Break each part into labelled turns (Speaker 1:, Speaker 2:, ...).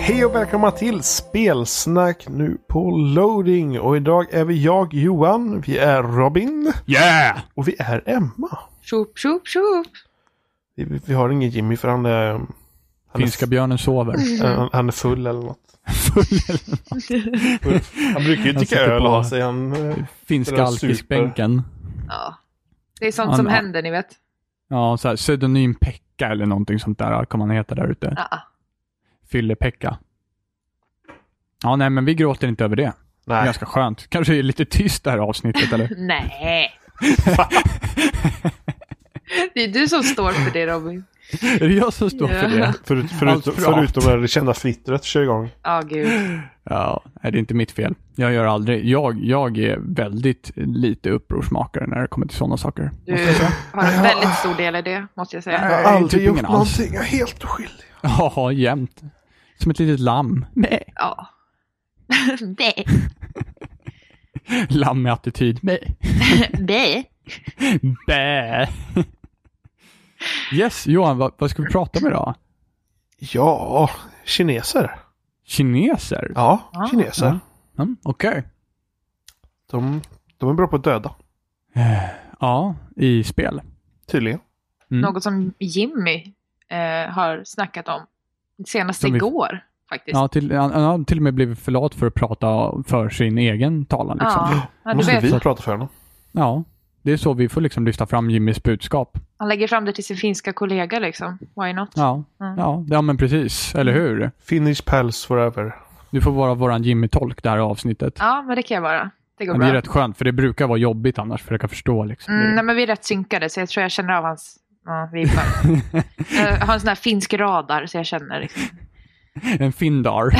Speaker 1: Hej och välkomna till Spelsnack nu på loading. Och idag är vi jag Johan, vi är Robin
Speaker 2: Yeah!
Speaker 1: och vi är Emma.
Speaker 3: Tjopp, tjopp, tjopp.
Speaker 1: Vi, vi har ingen Jimmy för han är, han är,
Speaker 2: Finska björnen sover.
Speaker 1: han- han är full eller något.
Speaker 2: Full eller-
Speaker 1: Han brukar ju
Speaker 2: Han
Speaker 1: dricka
Speaker 2: sitter
Speaker 1: öl
Speaker 2: på-
Speaker 1: och ha sig. Han, eh,
Speaker 2: Finska
Speaker 1: Eller
Speaker 2: alkisbänken.
Speaker 3: Ja. Det är sånt
Speaker 2: Han-
Speaker 3: som händer, ni vet.
Speaker 2: Ja, så här, pseudonym Pekka eller någonting sånt där kan man heta där ute.
Speaker 3: Ja.
Speaker 2: Fylle-Pekka. Ja, nej, men vi gråter inte över det. Det är
Speaker 1: nej,
Speaker 2: ganska skönt. Kanske är lite tyst det här avsnittet, eller?
Speaker 3: Nej. det är du som står för det, Robin.
Speaker 2: är det jag som står för
Speaker 3: Ja.
Speaker 2: det?
Speaker 1: förut, förutom,
Speaker 2: Allt prat.
Speaker 1: förutom när det kända flittret kör igång.
Speaker 3: Ja, gud.
Speaker 2: Ja, nej, det är inte mitt fel. Jag gör aldrig. Jag, jag är väldigt lite upprorsmakare när det kommer till sådana saker.
Speaker 3: Du har en väldigt stor del i det, måste jag
Speaker 1: Jag har
Speaker 3: säga.
Speaker 2: Nej,
Speaker 1: aldrig
Speaker 2: typ
Speaker 1: gjort
Speaker 2: ingen alls.
Speaker 1: någonting, jag är helt oskyldig.
Speaker 2: Ja, jämt. Som ett litet lamm. Nej.
Speaker 3: Ja. Nej.
Speaker 2: Lamm med attityd. Nej. Mm.
Speaker 3: Nej.
Speaker 2: Bä. Yes, Johan, vad, vad ska vi prata om idag?
Speaker 1: Ja, kineser.
Speaker 2: Kineser?
Speaker 1: Ja,
Speaker 3: Ah.
Speaker 1: kineser.
Speaker 2: Mm, Okej.
Speaker 1: De, de är bra på att döda,
Speaker 2: Ja, i spel.
Speaker 1: tydligen.
Speaker 2: Mm.
Speaker 3: Något som Jimmy eh, har snackat om senast
Speaker 2: Som vi-
Speaker 3: igår, faktiskt.
Speaker 2: Ja, till, han, han har till och med blivit för lat för att prata för sin egen talan. Liksom. Ja.
Speaker 3: Ja. ja, du
Speaker 1: Måste
Speaker 3: vet.
Speaker 1: vi prata för honom?
Speaker 2: det är så vi får liksom lyfta fram Jimmys budskap.
Speaker 3: Han lägger fram det till sin finska kollega, liksom. Why not?
Speaker 2: Ja,
Speaker 3: Mm.
Speaker 2: ja, ja men precis. Eller hur?
Speaker 1: Finish pals forever.
Speaker 2: Du får vara våran Jimmy-tolk det här avsnittet.
Speaker 3: Ja, men det kan jag vara. Det går
Speaker 2: Men det
Speaker 3: bra.
Speaker 2: är rätt skönt, för det brukar vara jobbigt annars, försöka förstå liksom.
Speaker 3: Mm,
Speaker 2: Det-
Speaker 3: nej, men vi är rätt synkade, så jag tror jag känner av hans... Ja, vi är bara... jag har en sån här finsk radar, så jag känner liksom...
Speaker 2: En fin dag.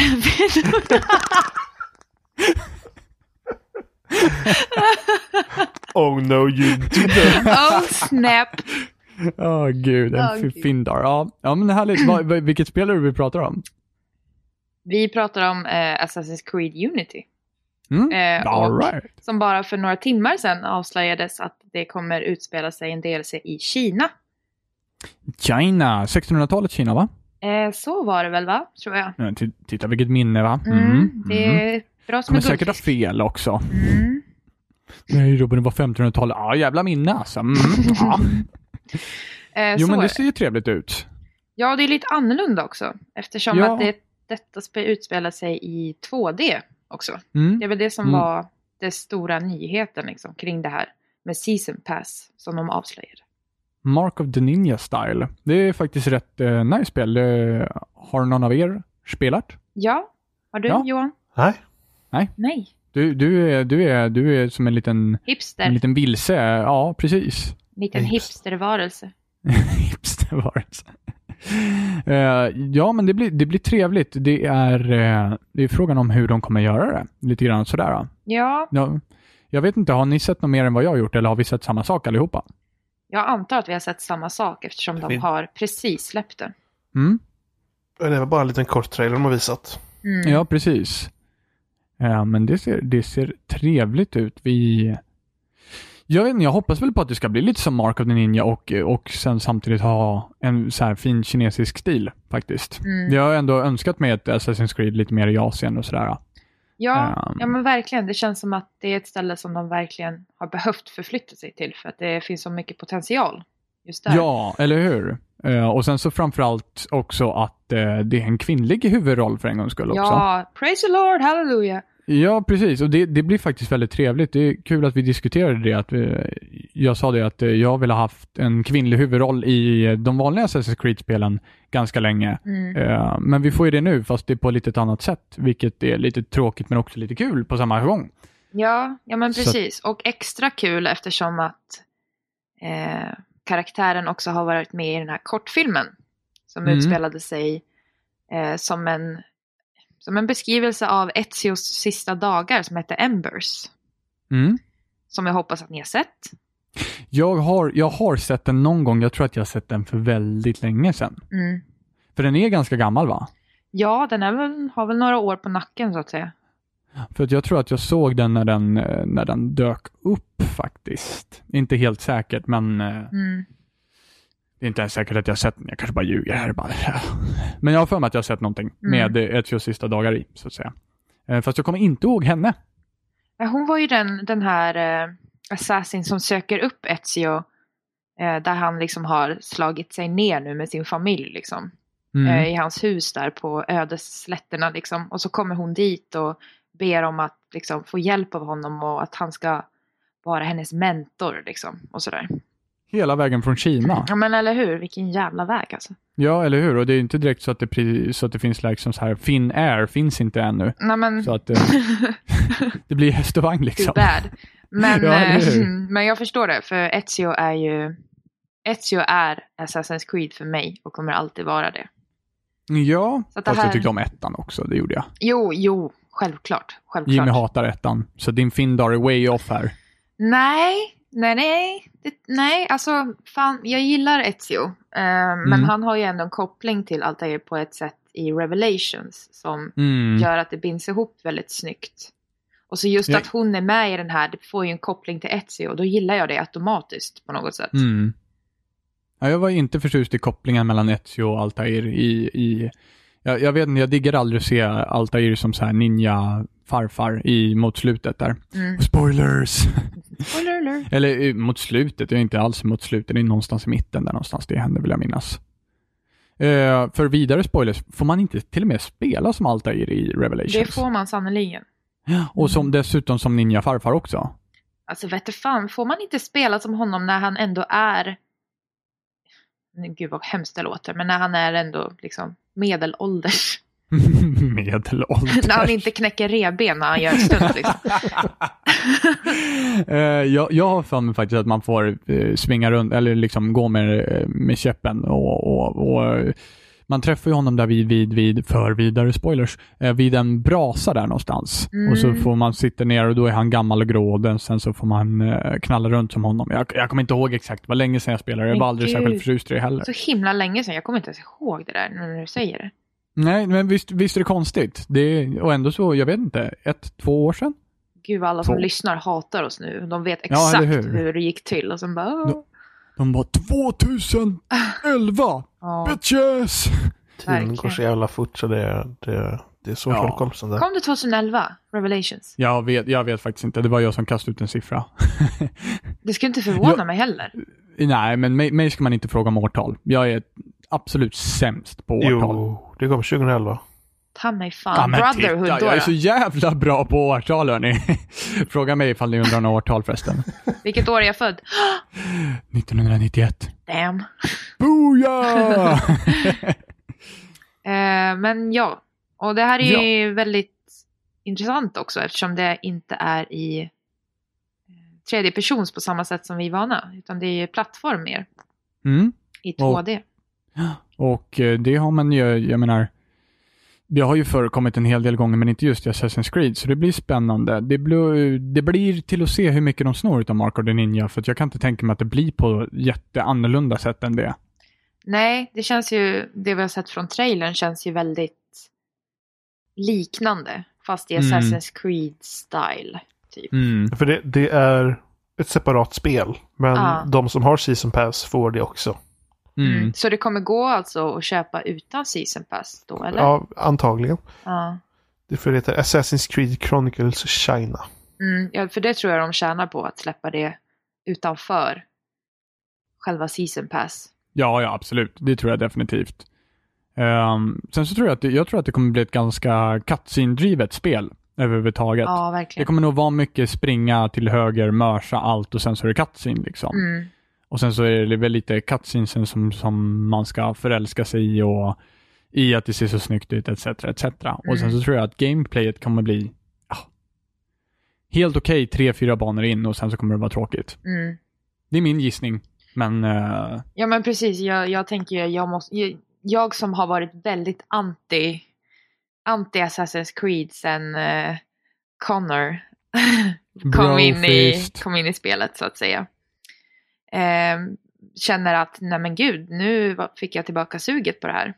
Speaker 1: Oh no you didn't.
Speaker 3: oh, snap!
Speaker 2: Åh gud, en
Speaker 3: Åh,
Speaker 2: oh,
Speaker 3: gud.
Speaker 2: Findar. Ja, ja men härligt. Vad- vad- vilket spel är det vi pratar om?
Speaker 3: Vi pratar om eh, Assassin's Creed Unity.
Speaker 2: Mm?
Speaker 3: Eh,
Speaker 2: All
Speaker 3: och
Speaker 2: right.
Speaker 3: Som bara för några timmar sedan avslöjades att det kommer utspela sig en DLC i Kina.
Speaker 2: China, 1600-talet Kina va?
Speaker 3: Eh, så var det väl, va? Tror jag.
Speaker 2: Ja, t- titta vilket minne va?
Speaker 3: Mm,
Speaker 2: Mm,
Speaker 3: Det
Speaker 2: mm.
Speaker 3: är bra som
Speaker 2: Kommer
Speaker 3: en
Speaker 2: säkert ha
Speaker 3: guldfisk.
Speaker 2: fel också.
Speaker 3: Mm.
Speaker 2: Nej Robin, det var 1500-talet. Ja, jävla minne alltså. Mm. Ja.
Speaker 3: Eh,
Speaker 2: Jo
Speaker 3: så
Speaker 2: men
Speaker 3: är
Speaker 2: det
Speaker 3: det...
Speaker 2: ser ju trevligt ut.
Speaker 3: Ja, det är lite annorlunda också. Eftersom
Speaker 2: Ja.
Speaker 3: att det, detta spe- utspelar sig i 2D också.
Speaker 2: Mm.
Speaker 3: Det är väl det som
Speaker 2: Mm.
Speaker 3: var den stora nyheten liksom, kring det här med Season Pass som de avslöjade.
Speaker 2: Mark of the Ninja Style. Det är faktiskt rätt eh, nice spel. Eh, har någon av er spelat?
Speaker 3: Ja, har du
Speaker 2: Ja.
Speaker 3: Johan?
Speaker 1: Nej.
Speaker 3: Nej,
Speaker 2: Du, du, är, du, är, du är som en liten,
Speaker 3: hipster.
Speaker 2: en liten vilse. Ja, precis.
Speaker 3: Liten
Speaker 1: Hips-
Speaker 3: hipstervarelse.
Speaker 2: hipstervarelse. Eh, ja, men det blir, det blir trevligt. Det är, eh, det är frågan om hur de kommer göra det. Lite grann sådär. ja.
Speaker 3: Ja,
Speaker 2: Ja, jag vet inte, har ni sett något mer än vad jag har gjort eller har vi sett samma sak allihopa?
Speaker 3: jag antar att vi har sett samma sak eftersom de
Speaker 1: Fin.
Speaker 3: har precis släppt den.
Speaker 2: Mm?
Speaker 1: Det var bara en liten kort trailer de har visat.
Speaker 3: Mm.
Speaker 2: Ja, precis. Eh, men det ser, det ser trevligt ut. Vi... Jag, vet inte, jag hoppas väl på att det ska bli lite som Mark of the Ninja och, och sen samtidigt ha en så här fin kinesisk stil faktiskt.
Speaker 3: Mm.
Speaker 2: Jag har ändå önskat mig ett Assassin's Creed lite mer i Asien och sådär.
Speaker 3: Ja,
Speaker 2: Ehm.
Speaker 3: ja, men verkligen. Det känns som att det är ett ställe som de verkligen har behövt förflytta sig till för att det finns så mycket potential just där.
Speaker 2: Ja, eller hur? Eh, och sen så framförallt också att eh, det är en kvinnlig huvudroll för en gångs skull också.
Speaker 3: ja praise the Lord, halleluja.
Speaker 2: Ja, precis. Och det, det blir faktiskt väldigt trevligt. Det är kul att vi diskuterade det. Att vi, jag sa det att eh, jag ville ha haft en kvinnlig huvudroll i eh, de vanliga Assassin's Creed-spelen ganska länge.
Speaker 3: Mm.
Speaker 2: Eh, men vi får ju det nu, fast det är på lite ett annat sätt, vilket är lite tråkigt men också lite kul på samma gång.
Speaker 3: Ja, ja men
Speaker 2: Så att-
Speaker 3: precis. Och extra kul eftersom att eh, karaktären också har varit med i den här kortfilmen. Som
Speaker 2: Mm.
Speaker 3: utspelade sig eh, som, en, som en beskrivelse av Ezios sista dagar som hette Embers.
Speaker 2: Mm.
Speaker 3: Som jag hoppas att ni har sett.
Speaker 2: Jag, har, jag har sett den någon gång. Jag tror att jag har sett den för väldigt länge sedan.
Speaker 3: Mm.
Speaker 2: För den är ganska gammal va?
Speaker 3: Ja, den är väl, har väl några år på nacken så att säga.
Speaker 2: För att jag tror att jag såg den när den, eh, när den dök upp faktiskt. Inte helt säkert, men eh,
Speaker 3: Mm.
Speaker 2: Det är inte ens säkert att jag har sett den. Jag kanske bara ljuger här. Bara, Men jag har för mig att jag har sett någonting med mm. Etrios sista dagar i, så att säga. Eh, Fast jag kommer inte ihåg henne.
Speaker 3: Ja, Hon var ju den, den här eh, assassin som söker upp Ezio. Eh, där han liksom har slagit sig ner nu med sin familj liksom.
Speaker 2: Mm.
Speaker 3: eh, i hans hus där på ödesslätterna liksom. Och så kommer hon dit och ber om att liksom, få hjälp av honom och att han ska vara hennes mentor liksom. Och sådär.
Speaker 2: Hela vägen från Kina.
Speaker 3: Ja men eller hur, vilken jävla väg alltså.
Speaker 2: Ja, eller hur? Och det är inte direkt så att det, pri- så att det finns liksom så här, Finnair finns inte ännu.
Speaker 3: Nej men,
Speaker 2: Så att eh, det blir häst och vagn
Speaker 3: too
Speaker 2: liksom.
Speaker 3: bad. Men,
Speaker 2: Ja, eller hur?
Speaker 3: eh, men jag förstår det, för Ezio är ju Ezio är Assassin's Creed för mig och kommer alltid vara det.
Speaker 2: Ja,
Speaker 3: Så att det
Speaker 2: fast jag
Speaker 3: här-
Speaker 2: tyckte om ettan också. Det gjorde jag.
Speaker 3: Jo, jo, självklart. självklart.
Speaker 2: Jimmy hatar ettan, så din Findar är way off här.
Speaker 3: Nej, nej, nej. Det, nej, alltså fan, jag gillar Ezio. Eh, Men
Speaker 2: Mm.
Speaker 3: han har ju ändå en koppling till Altair på ett sätt i Revelations som
Speaker 2: Mm.
Speaker 3: gör att det binds ihop väldigt snyggt. Och så just
Speaker 2: Jag-
Speaker 3: att hon är med i den här, det får ju en koppling till Ezio och då gillar jag det automatiskt på något sätt.
Speaker 2: Mm. Ja, jag var inte förtjust i kopplingen mellan Ezio och Altair. I, i, jag, jag vet inte, jag diggar aldrig att se Altair som så här ninja farfar i, mot slutet där.
Speaker 3: Mm.
Speaker 2: Spoilers!
Speaker 3: Spoiler alert.
Speaker 2: Eller eh, mot slutet, det är inte alls mot slutet, det är någonstans i mitten där någonstans det händer vill jag minnas. Eh, för vidare spoilers, får man inte till och med spela som Altair i Revelations?
Speaker 3: Det får man sannerligen.
Speaker 2: Och som, dessutom som ninja farfar också.
Speaker 3: Alltså vet du fan, får man inte spela som honom när han ändå är... Nej, Gud vad hemskt det låter, men när han är ändå liksom medelålders.
Speaker 2: Medelålders.
Speaker 3: när han inte knäcker revben när han gör stunt liksom.
Speaker 2: Eh, jag, jag har för mig faktiskt att man får eh, svinga runt, eller liksom gå med, eh, med käppen och, och, och eh, man träffar ju honom där vid, vid, vid, för vidare spoilers, eh, vid en brasa där någonstans.
Speaker 3: Mm.
Speaker 2: Och så får man sitta ner och då är han gammal och grå och den- sen så får man eh, knalla runt som honom. Jag, jag kommer inte ihåg exakt, det var länge sedan jag spelade, jag
Speaker 3: Men
Speaker 2: var aldrig
Speaker 3: gud.
Speaker 2: särskilt förtjust i det heller.
Speaker 3: Så himla länge sedan, jag kommer inte ens ihåg det där när du säger det.
Speaker 2: Nej, men visst, visst är det konstigt? Det, är- och ändå så, jag vet inte, ett, två år sedan?
Speaker 3: Gud vad alla som
Speaker 2: Så.
Speaker 3: lyssnar hatar oss nu. De vet
Speaker 2: Ja,
Speaker 3: exakt
Speaker 2: eller
Speaker 3: hur?
Speaker 2: hur?
Speaker 3: det gick till och sen bara... "Åh."
Speaker 2: De var 2011!
Speaker 3: Ja.
Speaker 2: Bitches!
Speaker 1: Tiden går
Speaker 3: Verkligen.
Speaker 1: så jävla fort så det, det, det är så
Speaker 2: Ja.
Speaker 1: förekomsten där.
Speaker 3: Kom det 2011? Revelations?
Speaker 2: Jag vet, jag vet faktiskt inte. Det var jag som kastade ut en siffra.
Speaker 3: Det skulle inte förvåna
Speaker 2: Ja.
Speaker 3: mig heller.
Speaker 2: Nej, men mig, mig ska man inte fråga om årtal. Jag är absolut sämst på årtal.
Speaker 1: Jo, det kom 2011.
Speaker 3: Ta mig fan.
Speaker 2: Ja, men titta,
Speaker 3: Ah, Brotherhood då,
Speaker 2: jag är så
Speaker 3: då.
Speaker 2: jävla bra på årtal hörni. Fråga mig ifall ni undrar några årtal förresten.
Speaker 3: Vilket år är jag född?
Speaker 2: 1991.
Speaker 3: Damn.
Speaker 2: Booyah!
Speaker 3: Eh, men ja, och det här är ju väldigt intressant också eftersom det inte är i eh, tredje persons på samma sätt som vi är vana. Utan det är ju plattform mer
Speaker 2: mm.
Speaker 3: i
Speaker 2: Och-
Speaker 3: 2D.
Speaker 2: Och eh, det har man ju, jag menar, det har ju förekommit en hel del gånger, men inte just i Assassin's Creed, så det blir spännande. Det, blir- det blir till att se hur mycket de snor utav Mark of the Ninja, för att jag kan inte tänka mig att det blir på jätteannorlunda sätt än det.
Speaker 3: Nej, det känns ju, det vi har sett från trailern känns ju väldigt liknande. Fast i
Speaker 2: Mm.
Speaker 3: Assassin's Creed style. Typ.
Speaker 1: För det, det är ett separat spel. Men
Speaker 3: Ja.
Speaker 1: de som har Season Pass får det också.
Speaker 2: Mm.
Speaker 3: Så det kommer gå alltså att köpa utan season pass då eller?
Speaker 1: Ja, antagligen.
Speaker 3: Ja.
Speaker 1: Det är för det heter Assassin's Creed Chronicles China.
Speaker 3: Mm, ja, för det tror jag de tjänar på att släppa det utanför själva season pass.
Speaker 2: Ja, ja, absolut. Det tror jag definitivt. Ehm, sen så tror jag att det, jag tror att det kommer bli ett ganska cutscene-drivet spel överhuvudtaget.
Speaker 3: Ja,
Speaker 2: Det
Speaker 3: verkligen.
Speaker 2: kommer nog vara mycket springa till höger, mörsa allt och sen så är det cutscene liksom.
Speaker 3: Mm.
Speaker 2: Och sen så är det väl lite cutscenesen som, som man ska förälska sig i och i att det ser så snyggt ut etc. etc. Och
Speaker 3: Mm.
Speaker 2: sen så tror jag att gameplayet kommer bli ja, helt okej tre, fyra banor in och sen så kommer det vara tråkigt.
Speaker 3: Mm.
Speaker 2: Det är min gissning, men eh,
Speaker 3: Ja men precis, jag, jag tänker ju, jag måste, jag, jag som har varit väldigt anti, anti Assassin's Creed sen eh, Connor kom, in i,
Speaker 2: Brofist.
Speaker 3: kom in i spelet så att säga. Ehm, känner att nej men gud, nu va- fick jag tillbaka suget på det här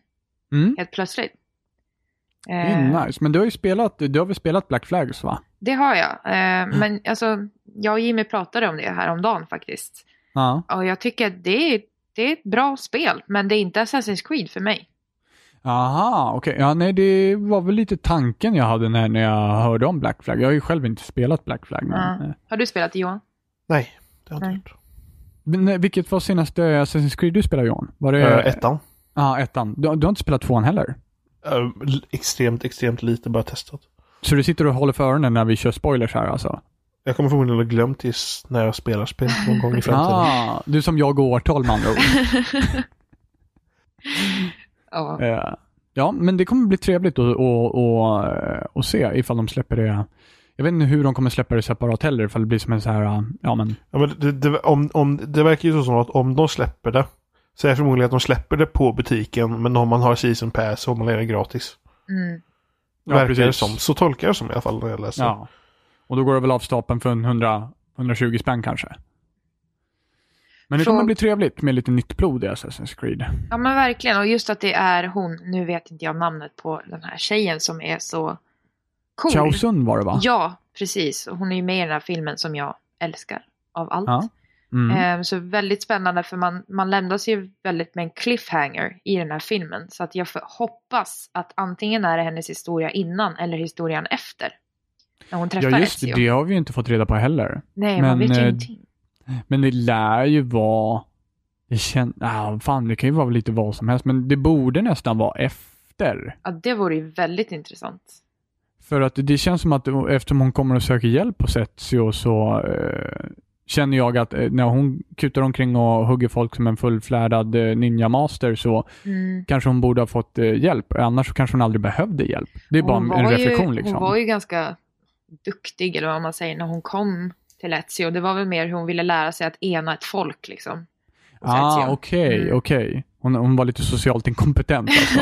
Speaker 2: mm,
Speaker 3: helt plötsligt.
Speaker 2: det
Speaker 3: Ehm,
Speaker 2: är nice. Men du har ju spelat, du har väl spelat Black Flags va?
Speaker 3: det har jag,
Speaker 2: Mm.
Speaker 3: Ehm, men alltså jag och Jimmy pratade om det häromdagen faktiskt.
Speaker 2: Ja.
Speaker 3: Och jag tycker att det är, det är ett bra spel, men det är inte Assassin's Creed för mig.
Speaker 2: Aha, okej. Ja, nej, det var väl lite tanken jag hade när, när jag hörde om Black Flag. Jag har ju själv inte spelat Black Flag. Men, eh,
Speaker 3: Ja. Har du spelat det Johan?
Speaker 1: Nej, det har jag
Speaker 3: Nej.
Speaker 1: inte gjort.
Speaker 2: men, eh, vilket var senaste Assassin's Creed du spelade Johan? Var det?
Speaker 1: Eh, ettan.
Speaker 2: Ja, ettan. Du, du har inte spelat tvåan heller?
Speaker 1: Eh, l- extremt, extremt lite bara testat.
Speaker 2: Så du sitter och håller för öronen när vi kör spoilers här alltså?
Speaker 1: Jag kommer förmodligen att ha glömt tills när jag spelar spel någon gång i framtiden.
Speaker 2: Ah, du är som jag och årtal med andra ord.
Speaker 3: Ja.
Speaker 2: Eh, Ja, men det kommer bli trevligt att att- att, eh, att se ifall de släpper det. Jag vet inte hur de kommer släppa det separat heller, ifall det blir som en så här, eh, ja men,
Speaker 1: Ja, men det, det, om, om, det verkar ju så som att om de släpper det så är det förmodligen att de släpper det på butiken men om man har season pass så har man det gratis.
Speaker 3: Mm.
Speaker 2: Ja,
Speaker 1: verkar det
Speaker 2: precis.
Speaker 1: som. Så tolkar jag som i alla fall när jag läser.
Speaker 2: ja. Och då går det väl av stapeln för en 100, 120 spänn kanske. Men det
Speaker 3: Från-
Speaker 2: kommer bli trevligt med lite nytt blod i Assassin's Creed.
Speaker 3: ja men verkligen. Och just att det är hon, nu vet inte jag namnet på den här tjejen som är så cool.
Speaker 2: Chao Sun var det va?
Speaker 3: Ja, precis. Och Hon är ju med i den här filmen som jag älskar av allt.
Speaker 2: Ja. Mm.
Speaker 3: Ehm, Så väldigt spännande för man, man lämnas ju väldigt med en cliffhanger i den här filmen. Så att jag får- hoppas att antingen är det hennes historia innan eller historien efter. När hon träffar
Speaker 2: ja, just det.
Speaker 3: Ezio.
Speaker 2: Det har vi ju inte fått reda på heller.
Speaker 3: Nej, man
Speaker 2: Men,
Speaker 3: vet ju
Speaker 2: eh,
Speaker 3: ingenting.
Speaker 2: Men det lär ju vara... Det känns... Ah, fan, det kan ju vara lite vad som helst, men det borde nästan vara efter.
Speaker 3: Ja, det vore ju väldigt intressant.
Speaker 2: För att det känns som att eftersom hon kommer och söker hjälp hos Ezio så eh, känner jag att eh, när hon kutar omkring och hugger folk som en fullflärdad eh, ninja-master så
Speaker 3: Mm.
Speaker 2: kanske hon borde ha fått eh, hjälp. Annars så kanske hon aldrig behövde hjälp. Det är
Speaker 3: Hon
Speaker 2: bara en
Speaker 3: var
Speaker 2: reflektion
Speaker 3: ju,
Speaker 2: liksom.
Speaker 3: Hon var ju ganska duktig, eller vad man säger, när hon kom till Ezio. Det var väl mer hur hon ville lära sig att ena ett folk liksom. hos
Speaker 2: ah,
Speaker 3: Ezio.
Speaker 2: okej,
Speaker 3: Mm.
Speaker 2: okej. Hon, hon var lite socialt inkompetent alltså.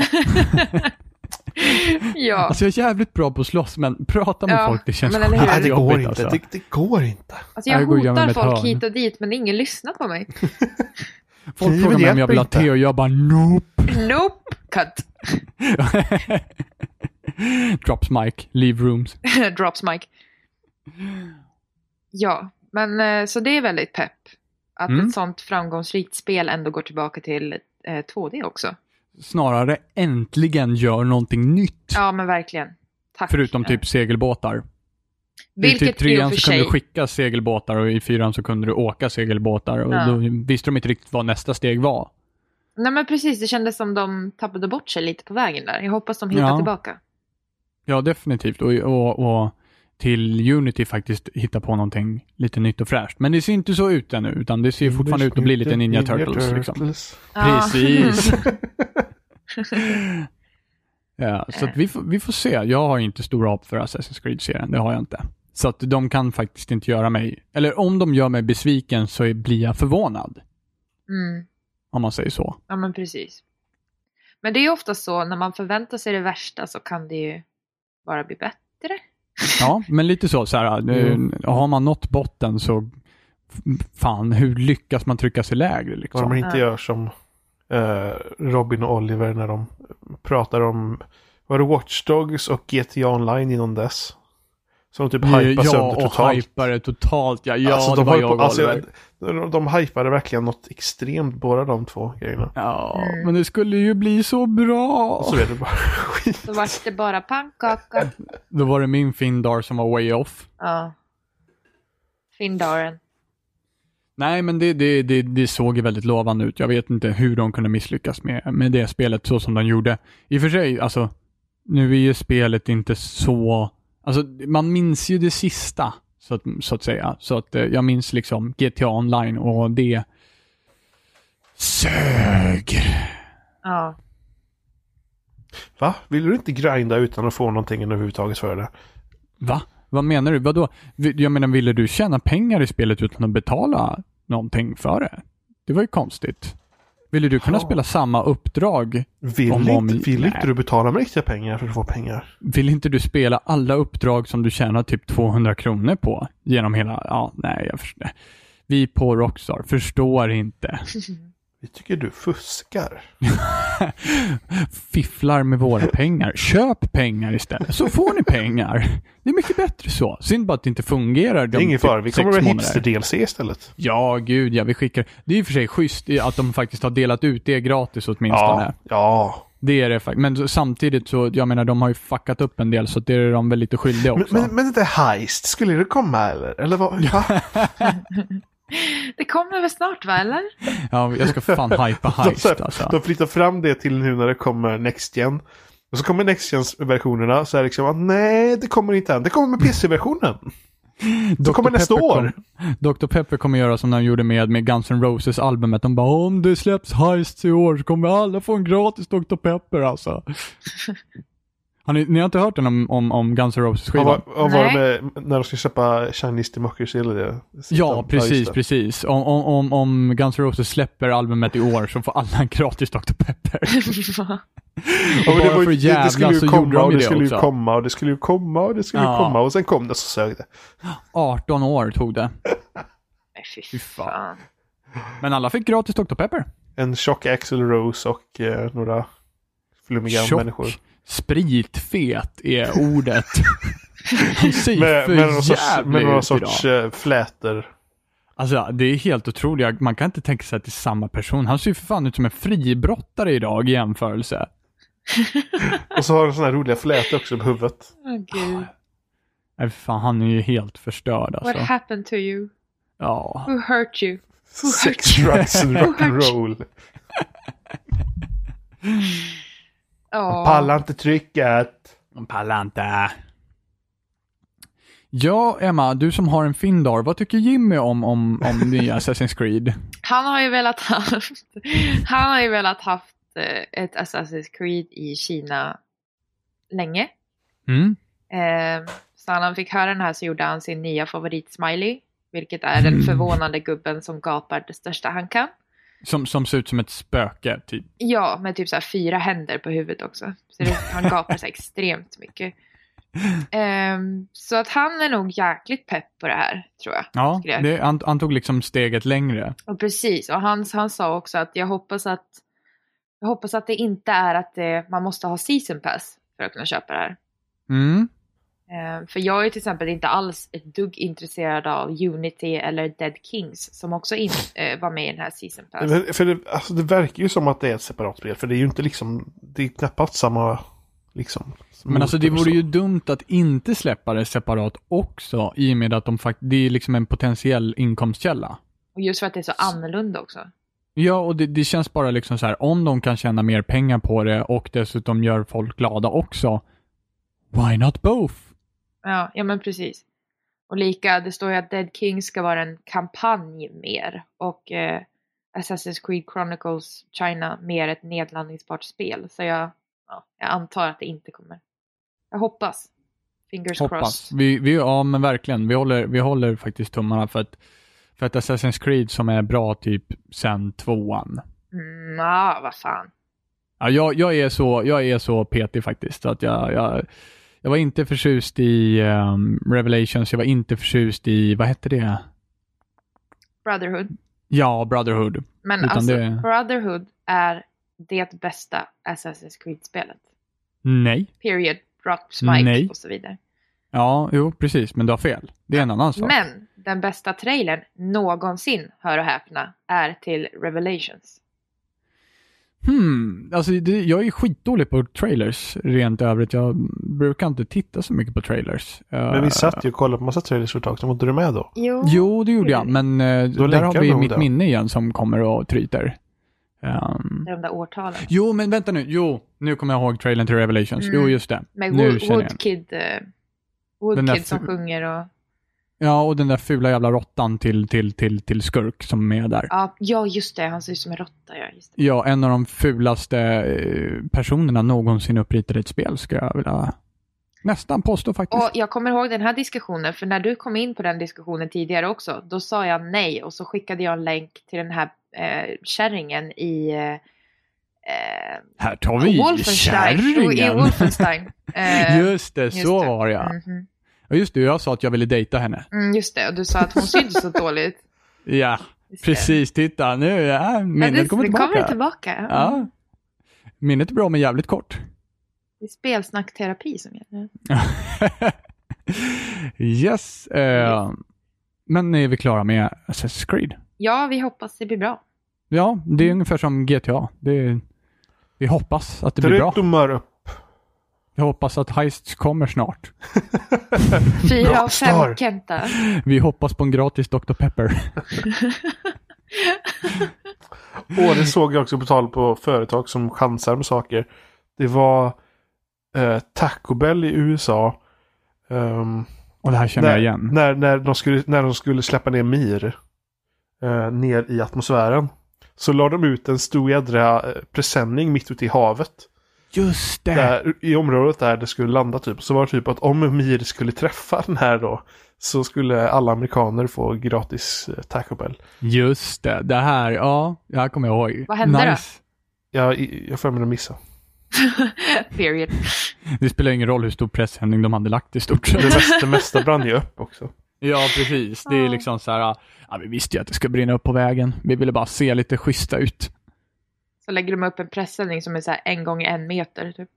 Speaker 3: ja.
Speaker 2: Alltså jag är jävligt bra på att slåss, men prata med
Speaker 3: Ja,
Speaker 2: folk, det känns
Speaker 3: men eller hur?
Speaker 1: Nej, det går
Speaker 2: skitjobbigt,
Speaker 1: inte.
Speaker 2: alltså.
Speaker 1: Det, det går inte.
Speaker 3: Alltså jag,
Speaker 2: Jag går och gömmer
Speaker 3: hotar
Speaker 2: mig i ett
Speaker 3: folk
Speaker 2: hörn.
Speaker 3: hit och dit men ingen lyssnar på mig.
Speaker 2: Folk
Speaker 1: Kniven
Speaker 2: frågar mig om jag
Speaker 1: hjälper
Speaker 2: vill ha
Speaker 1: inte.
Speaker 2: te och jag bara nope.
Speaker 3: Nope, cut.
Speaker 2: Drops mic, leave rooms.
Speaker 3: Drops mic. Ja, men eh, så det är väldigt pepp. Att
Speaker 2: Mm.
Speaker 3: ett sånt framgångsrikt spel ändå går tillbaka till eh, 2D också.
Speaker 2: Snarare äntligen gör någonting nytt.
Speaker 3: Ja men verkligen. Tack. Eh,
Speaker 2: Förutom typ segelbåtar. I typ
Speaker 3: Vilket i
Speaker 2: trean
Speaker 3: och för
Speaker 2: så kunde
Speaker 3: sig.
Speaker 2: du skicka segelbåtar och i fyran så kunde du åka segelbåtar. Och
Speaker 3: Ja.
Speaker 2: Då visste de inte riktigt vad nästa steg var.
Speaker 3: Nej men precis, det kändes som de tappade bort sig lite på vägen där. Jag hoppas de hittar
Speaker 2: Ja.
Speaker 3: tillbaka.
Speaker 2: Ja, definitivt. Och, och, och till Unity faktiskt hitta på någonting lite nytt och fräscht. Men det ser inte så ut ännu, utan det ser fortfarande ut att bli lite Ninja, Turtles. Liksom.
Speaker 1: Turtles.
Speaker 3: Ja.
Speaker 2: Precis. ja, så att vi, får, vi får se. Jag har inte stora hopp för Assassin's Creed-serien. Det har jag inte. Så att de kan faktiskt inte göra mig... Eller om de gör mig besviken så är- blir jag förvånad.
Speaker 3: Mm.
Speaker 2: Om man säger så.
Speaker 3: Ja men precis. Men det är ofta så när man förväntar sig det värsta så kan det ju bara bli bättre.
Speaker 2: Ja, men lite så. så här, eh,
Speaker 1: Mm.
Speaker 2: Har man nått botten så... f- Fan, hur lyckas man trycka sig lägre?
Speaker 1: Bara man
Speaker 2: Liksom?
Speaker 1: inte
Speaker 3: Ja.
Speaker 1: gör som eh, Robin och Oliver när de pratar om var det Watch Dogs och GTA Online innan dess. Som typ hypar
Speaker 2: ja,
Speaker 1: sönder
Speaker 2: och
Speaker 1: totalt.
Speaker 2: hypar det totalt. Ja, ja det
Speaker 1: de
Speaker 2: var
Speaker 1: höll
Speaker 2: jag och
Speaker 1: på, alltså,
Speaker 2: Oliver.
Speaker 1: de, de hypade verkligen något extremt båda de två grejerna.
Speaker 2: Ja,
Speaker 3: Mm.
Speaker 2: men det skulle ju bli så bra.
Speaker 1: Och så är Alltså, det bara skit.
Speaker 3: Då vart det bara pannkaka.
Speaker 2: Då var det min Findar som var way off.
Speaker 3: Ja. Findaren.
Speaker 2: Nej, men det, det, det, det såg ju väldigt lovande ut. Jag vet inte hur de kunde misslyckas med, med det spelet så som de gjorde. I och för sig, alltså, nu är ju spelet inte så... Alltså, man minns ju det sista, så att, så att säga. Så att eh, jag minns liksom GTA Online och det sög.
Speaker 3: Ja.
Speaker 1: Va? Vill du inte grinda utan att få någonting överhuvudtaget för det?
Speaker 2: Va? Vad menar du? Vadå? Vi- Jag menar, ville du tjäna pengar i spelet utan att betala någonting för det? Det var ju konstigt. Ville du kunna
Speaker 1: Ja.
Speaker 2: spela samma uppdrag?
Speaker 1: Vill,
Speaker 2: Om-
Speaker 1: inte,
Speaker 2: om-
Speaker 1: vill
Speaker 2: nej.
Speaker 1: inte du betala med riktiga pengar för att få pengar?
Speaker 2: Vill inte du spela alla uppdrag som du tjänar typ 200 kronor på genom hela... Ja, nej, jag förstår. Vi på Rockstar förstår inte.
Speaker 1: Vi tycker du fuskar.
Speaker 2: Fifflar med våra pengar. Köp pengar istället, så får ni pengar. Det är mycket bättre så. Synd bara att det inte fungerar. typ
Speaker 1: Det är ingen fara, vi kommer att ha hipster-DLC istället.
Speaker 2: Ja, gud ja. Vi skickar. Det är i och för sig schysst att de faktiskt har delat ut det gratis åtminstone.
Speaker 1: Ja, ja.
Speaker 2: Det är det faktiskt. Men samtidigt så, jag menar, de har ju fuckat upp en del så det är de väl lite skyldiga
Speaker 1: Men,
Speaker 2: också.
Speaker 1: men, men det där Heist, skulle det komma eller? Eller vad? Ja.
Speaker 3: Det kommer väl snart va, eller?
Speaker 2: Ja, jag ska fan hypa
Speaker 1: De,
Speaker 2: heist
Speaker 1: så här,
Speaker 2: alltså.
Speaker 1: de flyttar fram det till nu när det kommer Next Gen. Och så kommer Next Gen-versionerna så är det liksom att nej, det kommer inte än. Det kommer med PC-versionen.
Speaker 2: Dr.
Speaker 1: kommer nästa
Speaker 2: Pepper
Speaker 1: år.
Speaker 2: Kom, Dr. Pepper kommer göra som de gjorde med, med Guns N' Roses albumet. De bara om det släpps Heist i år så kommer alla få en gratis Dr. Pepper alltså. Har ni, ni har inte hört den om, om, om Guns N' Roses
Speaker 1: Vad
Speaker 2: skivan?
Speaker 1: var, vad var det
Speaker 3: Nej.
Speaker 1: med när de ska släppa Chinese Democracy eller det?
Speaker 2: Ja, precis,
Speaker 1: just det.
Speaker 2: precis. Om, om, om, om Guns N' Roses släpper albumet i år så får alla en gratis Dr. Pepper.
Speaker 1: Ja, men
Speaker 2: bara
Speaker 1: var ju-
Speaker 2: för att jävla
Speaker 1: skulle ju
Speaker 2: så
Speaker 1: komma
Speaker 2: gjorde de
Speaker 1: och
Speaker 2: ju
Speaker 1: det
Speaker 2: det
Speaker 1: skulle ju
Speaker 2: också.
Speaker 1: komma och det skulle ju komma och det skulle ju
Speaker 2: Ja.
Speaker 1: komma och sen kom det så sög det.
Speaker 2: 18 år tog det.
Speaker 3: Nej,
Speaker 2: Fy
Speaker 3: Fy
Speaker 2: fan.
Speaker 3: fan.
Speaker 2: Men alla fick gratis Dr. Pepper.
Speaker 1: En tjock Axel Rose och eh, några flummiga människor.
Speaker 2: Spritfet är ordet. Han ser
Speaker 1: Med,
Speaker 2: för
Speaker 1: med, någon sorts,
Speaker 2: jävlig
Speaker 1: med några
Speaker 2: ut
Speaker 1: sorts
Speaker 2: idag.
Speaker 1: eh, flätor.
Speaker 2: Alltså det är helt otroligt. Jag- Man kan inte tänka sig att det är samma person. Han ser ju för fan ut som en fribrottare idag i jämförelse.
Speaker 1: Och så har de sådana här roliga flätor också på huvudet.
Speaker 3: Åh, gud.
Speaker 2: Nej, för fan, han är ju helt förstörd
Speaker 3: What
Speaker 2: alltså.
Speaker 3: happened to you?
Speaker 2: Ja.
Speaker 3: Who hurt you?
Speaker 1: Sex, drugs and rock'n'roll.
Speaker 3: Ja.
Speaker 1: Pallar inte trycket.
Speaker 2: De pallar inte. Ja, Emma, du som har en Findar, vad tycker Jimmy om, om, om nya Assassin's Creed?
Speaker 3: Han har ju velat haft, han har ju velat haft eh, ett Assassin's Creed i Kina länge.
Speaker 2: Mm?
Speaker 3: Eh, Så när han fick höra den här så gjorde han sin nya favoritsmiley. Vilket är den förvånade gubben som gapar det största han kan.
Speaker 2: Som, som ser ut som ett spöke, typ.
Speaker 3: Ja, med typ så här fyra händer på huvudet också. Så det, han gapar så här extremt mycket. Ehm, så att han är nog jäkligt pepp på det här, tror jag.
Speaker 2: Ja,
Speaker 3: Skräck.
Speaker 2: det, han, han tog liksom steget längre.
Speaker 3: Och precis, och han, han sa också att jag hoppas att jag hoppas att det inte är att det, man måste ha season pass för att kunna köpa det här.
Speaker 2: Mm.
Speaker 3: Ehm, för jag är till exempel inte alls ett dugg intresserad av Unity eller Dead Kings som också in, eh, var med i den här season pass.
Speaker 1: Men, för det, alltså, det verkar ju som att det är ett separat spel. För det är ju inte liksom, det är knappast samma liksom.
Speaker 2: Men alltså det
Speaker 1: motor liksom.
Speaker 2: vore
Speaker 1: så.
Speaker 2: ju dumt att inte släppa det separat också i och med att de fakt- det är liksom en potentiell inkomstkälla.
Speaker 3: Och just för att det är så annorlunda också.
Speaker 2: Ja, och det, det känns bara liksom så här, om de kan tjäna mer pengar på det och dessutom gör folk glada också, why not both?
Speaker 3: Ja, ja men precis. Och lika, det står ju att Dead King ska vara en kampanj mer och eh, Assassin's Creed Chronicles China mer ett nedladdningsbart spel. Så jag, ja, jag antar att det inte kommer. Jag hoppas. Fingers
Speaker 2: Hoppas.
Speaker 3: crossed.
Speaker 2: Vi, vi, ja, men verkligen. Vi håller, vi håller faktiskt tummarna för att, för att Assassin's Creed som är bra typ sen tvåan.
Speaker 3: Mm, ah, vad fan.
Speaker 2: Ja, jag, jag, är så, jag är så petig faktiskt. så Att jag, jag, jag var inte förtjust i ehm, Revelations, jag var inte förtjust i, vad hette det?
Speaker 3: Brotherhood.
Speaker 2: Ja, Brotherhood.
Speaker 3: Men
Speaker 2: Utan
Speaker 3: alltså,
Speaker 2: det-
Speaker 3: Brotherhood är det bästa Assassin's Creed-spelet.
Speaker 2: Nej.
Speaker 3: Period. Drop, Smite
Speaker 2: Nej.
Speaker 3: och så vidare.
Speaker 2: Ja, jo, precis, men du har fel. Det är en annan sak.
Speaker 3: Men den bästa trailern någonsin, hör och häpna, är till Revelations.
Speaker 2: Hmm, alltså det, jag är skitdålig på trailers rent övrigt. Jag brukar inte titta så mycket på trailers.
Speaker 1: Men
Speaker 2: Eh,
Speaker 1: vi satt ju och kollade på massa trailers för ett tag sedan. Var inte du med då?
Speaker 3: Jo.
Speaker 2: Jo, det gjorde jag, men eh, där
Speaker 1: länkar
Speaker 2: har vi
Speaker 1: nog
Speaker 2: mitt
Speaker 1: det.
Speaker 2: minne igen som kommer och tryter. Ehm,
Speaker 3: De där årtalen.
Speaker 2: Jo, men vänta nu. Jo, nu kommer jag ihåg trailern till Revelations.
Speaker 3: Mm.
Speaker 2: Jo, just det.
Speaker 3: Med
Speaker 2: nu
Speaker 3: Wo-
Speaker 2: känner jag igen.
Speaker 3: Woodkid. eh,
Speaker 2: Den där
Speaker 3: Woodkid som
Speaker 2: fu-
Speaker 3: sjunger och...
Speaker 2: Ja, och den där fula jävla råttan till, till, till, till skurk som är där.
Speaker 3: Ja, ja, just det. Han ser ut som en råtta. Ja, just det.
Speaker 2: Ja, en av de fulaste eh, personerna någonsin uppritade i ett spel, ska jag vilja nästan påstå faktiskt.
Speaker 3: Och jag kommer ihåg den här diskussionen, för när du kom in på den diskussionen tidigare också, då sa jag nej och så skickade jag en länk till den här eh, kärringen i... Eh, eh,
Speaker 2: Här tar vi
Speaker 3: Wolfenstein. Jo, I
Speaker 2: kärringen.
Speaker 3: Wolfenstein. Eh,
Speaker 2: Just det,
Speaker 3: just
Speaker 2: så
Speaker 3: det.
Speaker 2: var jag.
Speaker 3: mhm.
Speaker 2: Och just det, jag sa att jag ville dejta henne.
Speaker 3: Mm, just det, och du sa att hon syntes så dåligt.
Speaker 2: Ja, Precis, titta nu. Ja,
Speaker 3: Men
Speaker 2: minnet
Speaker 3: det,
Speaker 2: kommer
Speaker 3: det kommer
Speaker 2: tillbaka.
Speaker 3: tillbaka. Mm. Ja.
Speaker 2: Ja. Minnet är bra men jävligt kort.
Speaker 3: Det är spelsnackterapi som gäller.
Speaker 2: yes. Eh,
Speaker 3: Mm.
Speaker 2: men är vi klara med Assassin's Creed?
Speaker 3: Ja, vi hoppas det blir bra.
Speaker 2: Ja, det är
Speaker 3: Mm.
Speaker 2: ungefär som GTA. Det är, vi hoppas att det blir bra.
Speaker 1: tummar upp.
Speaker 2: Jag hoppas att Heists kommer snart.
Speaker 3: Fyra av
Speaker 1: Rockstar.
Speaker 3: fem Kenta.
Speaker 2: Vi hoppas på en gratis Dr. Pepper.
Speaker 1: Och det såg jag också på tal på företag som chansar med saker. Det var eh, Taco Bell i USA. ehm,
Speaker 2: Och det här känner
Speaker 1: när,
Speaker 2: jag igen.
Speaker 1: När, när, de skulle, när de skulle släppa ner Mir. Eh, ner i atmosfären. Så la de ut en stor jädra eh, presenning mitt ute i havet.
Speaker 2: Just
Speaker 1: Där, I området där det skulle landa typ. Så var det typ att om Mir skulle träffa den här då. Så skulle alla amerikaner få gratis eh, Taco Bell.
Speaker 2: Just det. Det här, ja. Det här kommer jag ihåg.
Speaker 3: Vad hände då?
Speaker 1: Jag, jag får mig att missa.
Speaker 3: Period.
Speaker 2: Det spelar ingen roll hur stor presshändning de hade lagt i stort sett.
Speaker 1: Det mesta, det mesta brann ju upp också.
Speaker 2: Ja, precis. Det är
Speaker 3: Ja.
Speaker 2: liksom så här, ja, ja, vi visste ju att det skulle brinna upp på vägen. Vi ville bara se lite schyssta ut.
Speaker 3: Så lägger de upp en pressändning som är så här en gång en meter. Typ.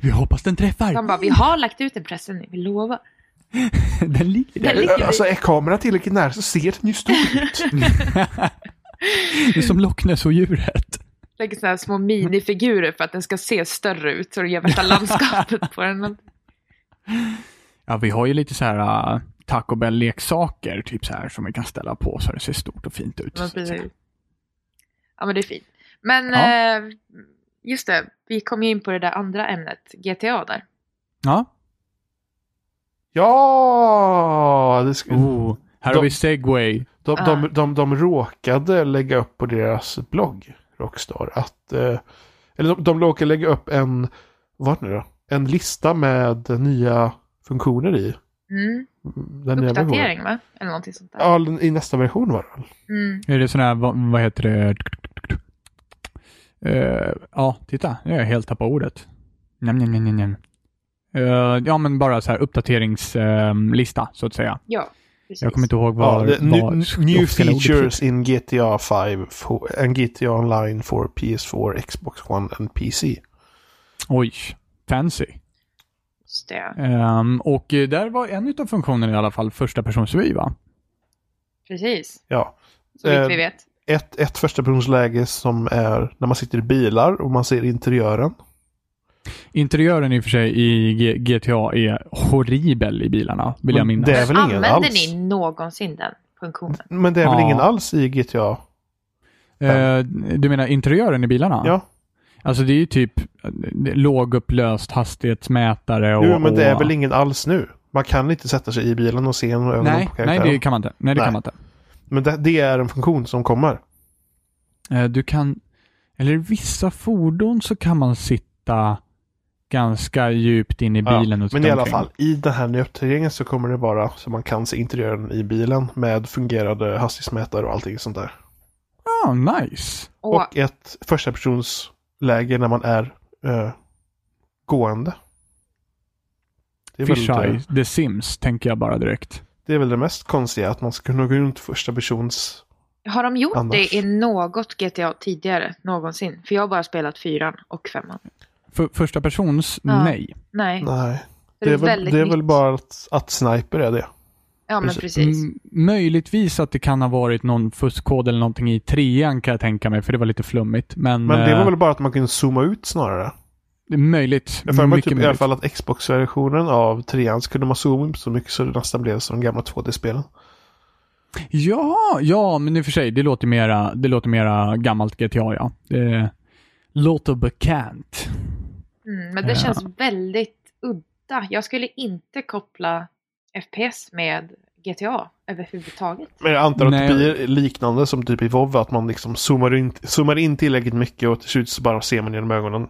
Speaker 2: vi hoppas den träffar.
Speaker 3: De bara, vi har lagt ut en pressändning, vi lovar.
Speaker 2: Den ligger
Speaker 3: Den
Speaker 2: där.
Speaker 3: ligger där.
Speaker 1: Alltså är kameran tillräckligt nära så ser den ju stor ut.
Speaker 2: Det är som Loch Ness och djuret.
Speaker 3: Lägger sådana här små minifigurer för att den ska se större ut så det gör värsta landskapet på den.
Speaker 2: Ja, vi har ju lite så här äh, Taco Bell-leksaker, typ så här, som vi kan ställa på så det ser stort och fint ut.
Speaker 3: Men precis. Ja men det är fint. Men
Speaker 2: Ja.
Speaker 3: eh, just det, vi kom ju in på det där andra ämnet, GTA där.
Speaker 2: Ja.
Speaker 1: Ja! Det sk-
Speaker 2: Oh, här har
Speaker 1: De-
Speaker 2: vi Segway.
Speaker 1: de, de, de, de råkade lägga upp på deras blogg, Rockstar, att... Eh, eller de, de råkade lägga upp en... Vad nu då? En lista med nya funktioner i.
Speaker 3: Mm.
Speaker 1: Den nya versionen.
Speaker 3: Uppdatering va? Eller någonting sånt där.
Speaker 1: Ja, den- i nästa version var det väl?
Speaker 3: Mm.
Speaker 2: Är det sån här, vad, vad heter det? Eh, ja, titta. Jag har helt tappat ordet. Njam, njam, njam, njam, njam. Eh, ja, men bara så här uppdateringslista, så att säga.
Speaker 3: Ja, precis.
Speaker 2: Jag kommer inte ihåg
Speaker 1: Ja,
Speaker 2: vad...
Speaker 1: det,
Speaker 2: vad
Speaker 1: new, new
Speaker 2: officiella ordet typ.
Speaker 1: features in GTA 5 for, and GTA Online for PS4, Xbox One and PC.
Speaker 2: är. Oj, fancy.
Speaker 3: Just det.
Speaker 2: Ehm, och eh, där var en av funktionerna i alla fall första persons vy, va?
Speaker 3: Precis,
Speaker 1: Ja.
Speaker 3: så vitt
Speaker 1: Eh,
Speaker 3: vi vet.
Speaker 1: ett, ett förstapersonsläge som är när man sitter i bilar och man ser interiören.
Speaker 2: Interiören i och för sig i G- GTA är horribel i bilarna, vill
Speaker 1: Men
Speaker 2: jag minnas.
Speaker 1: det är väl ingen
Speaker 3: Använder
Speaker 1: alls?
Speaker 3: ni någonsin den funktionen?
Speaker 1: Men det är väl
Speaker 2: Ja.
Speaker 1: ingen alls i GTA?
Speaker 2: Eh, du menar interiören i bilarna?
Speaker 1: Ja.
Speaker 2: Alltså det är ju typ eh, lågupplöst hastighetsmätare och...
Speaker 1: jo, men det är
Speaker 2: och,
Speaker 1: väl ingen alls nu? Man kan inte sätta sig i bilen och se en ögon
Speaker 2: Nej,
Speaker 1: på
Speaker 2: nej,
Speaker 1: karaktären.
Speaker 2: det kan man inte. Nej, det
Speaker 1: Nej.
Speaker 2: kan man inte.
Speaker 1: Men det, det är en funktion som kommer.
Speaker 2: Eh, Du kan... Eller i vissa fordon så kan man sitta ganska djupt in i
Speaker 1: Ja,
Speaker 2: bilen och titta
Speaker 1: Men i alla
Speaker 2: omkring.
Speaker 1: fall, i den här nya uppdateringen så kommer det vara så man kan se interiören i bilen med fungerande hastighetsmätare och allting sånt där.
Speaker 2: Ja, nice.
Speaker 3: Och,
Speaker 1: Och ett förstapersonsläge när man är eh, gående. Det är väl det-
Speaker 2: Fisheye, The Sims, tänker jag bara direkt.
Speaker 1: Det är väl det mest konstiga, att man ska kunna gå runt första persons...
Speaker 3: har de gjort
Speaker 1: Annars.
Speaker 3: det i något GTA tidigare någonsin? För jag har bara spelat fyran och femman.
Speaker 2: För, första persons,
Speaker 3: Ja.
Speaker 2: nej.
Speaker 3: Nej,
Speaker 1: Nej.
Speaker 3: det,
Speaker 1: Det är
Speaker 3: är
Speaker 1: väl,
Speaker 3: väldigt
Speaker 1: det är
Speaker 3: nytt.
Speaker 1: väl bara att, att sniper är det.
Speaker 3: Ja, men
Speaker 1: precis.
Speaker 3: precis.
Speaker 2: M- möjligtvis att det kan ha varit någon fuskkod eller någonting i trean kan jag tänka mig, för det var lite flummigt. Men,
Speaker 1: Men det var
Speaker 2: eh,
Speaker 1: väl bara att man kunde zooma ut snarare.
Speaker 2: det är möjligt.
Speaker 1: Jag för mig
Speaker 2: mycket
Speaker 1: typ, i alla
Speaker 2: möjligt.
Speaker 1: fall att Xbox-versionen av trean så kunde man zooma ut så mycket så det nästan blev som de gamla 2D-spelen.
Speaker 2: Ja, ja, men i och för sig, det låter mera, det låter mera gammalt GTA, ja. Det låter bekant.
Speaker 3: Mm, men det
Speaker 2: Ja.
Speaker 3: känns väldigt udda. Jag skulle inte koppla FPS med GTA överhuvudtaget.
Speaker 1: Men jag antar att
Speaker 2: Nej.
Speaker 1: det blir liknande som typ i WoW att man liksom zoomar in, zoomar in tillräckligt mycket och till slut så bara ser man genom ögonen.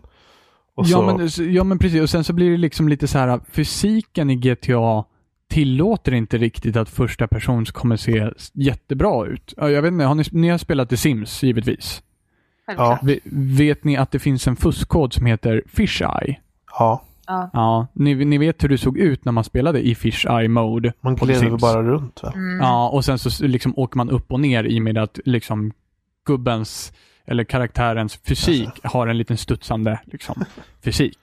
Speaker 1: Och
Speaker 2: Ja
Speaker 1: så,
Speaker 2: men, ja, men precis. Och sen så blir det liksom lite så här, fysiken i GTA tillåter inte riktigt att första persons kommer se jättebra ut. Ja, Jag vet inte, har ni, ni har spelat The Sims, givetvis.
Speaker 3: Självklart.
Speaker 2: Ve- Vet ni att det finns en fuskkod som heter Fisheye?
Speaker 1: ja.
Speaker 3: Ja.
Speaker 2: Ja, ni, ni vet hur du såg ut när man spelade i Fish Eye Mode.
Speaker 1: Man
Speaker 2: på The
Speaker 1: gled väl
Speaker 2: Sims.
Speaker 1: bara runt va?
Speaker 3: Mm.
Speaker 2: Ja, och sen så s- liksom åker man upp och ner i och med att liksom gubbens eller karaktärens fysik
Speaker 1: Alltså.
Speaker 2: har en liten studsande liksom, fysik.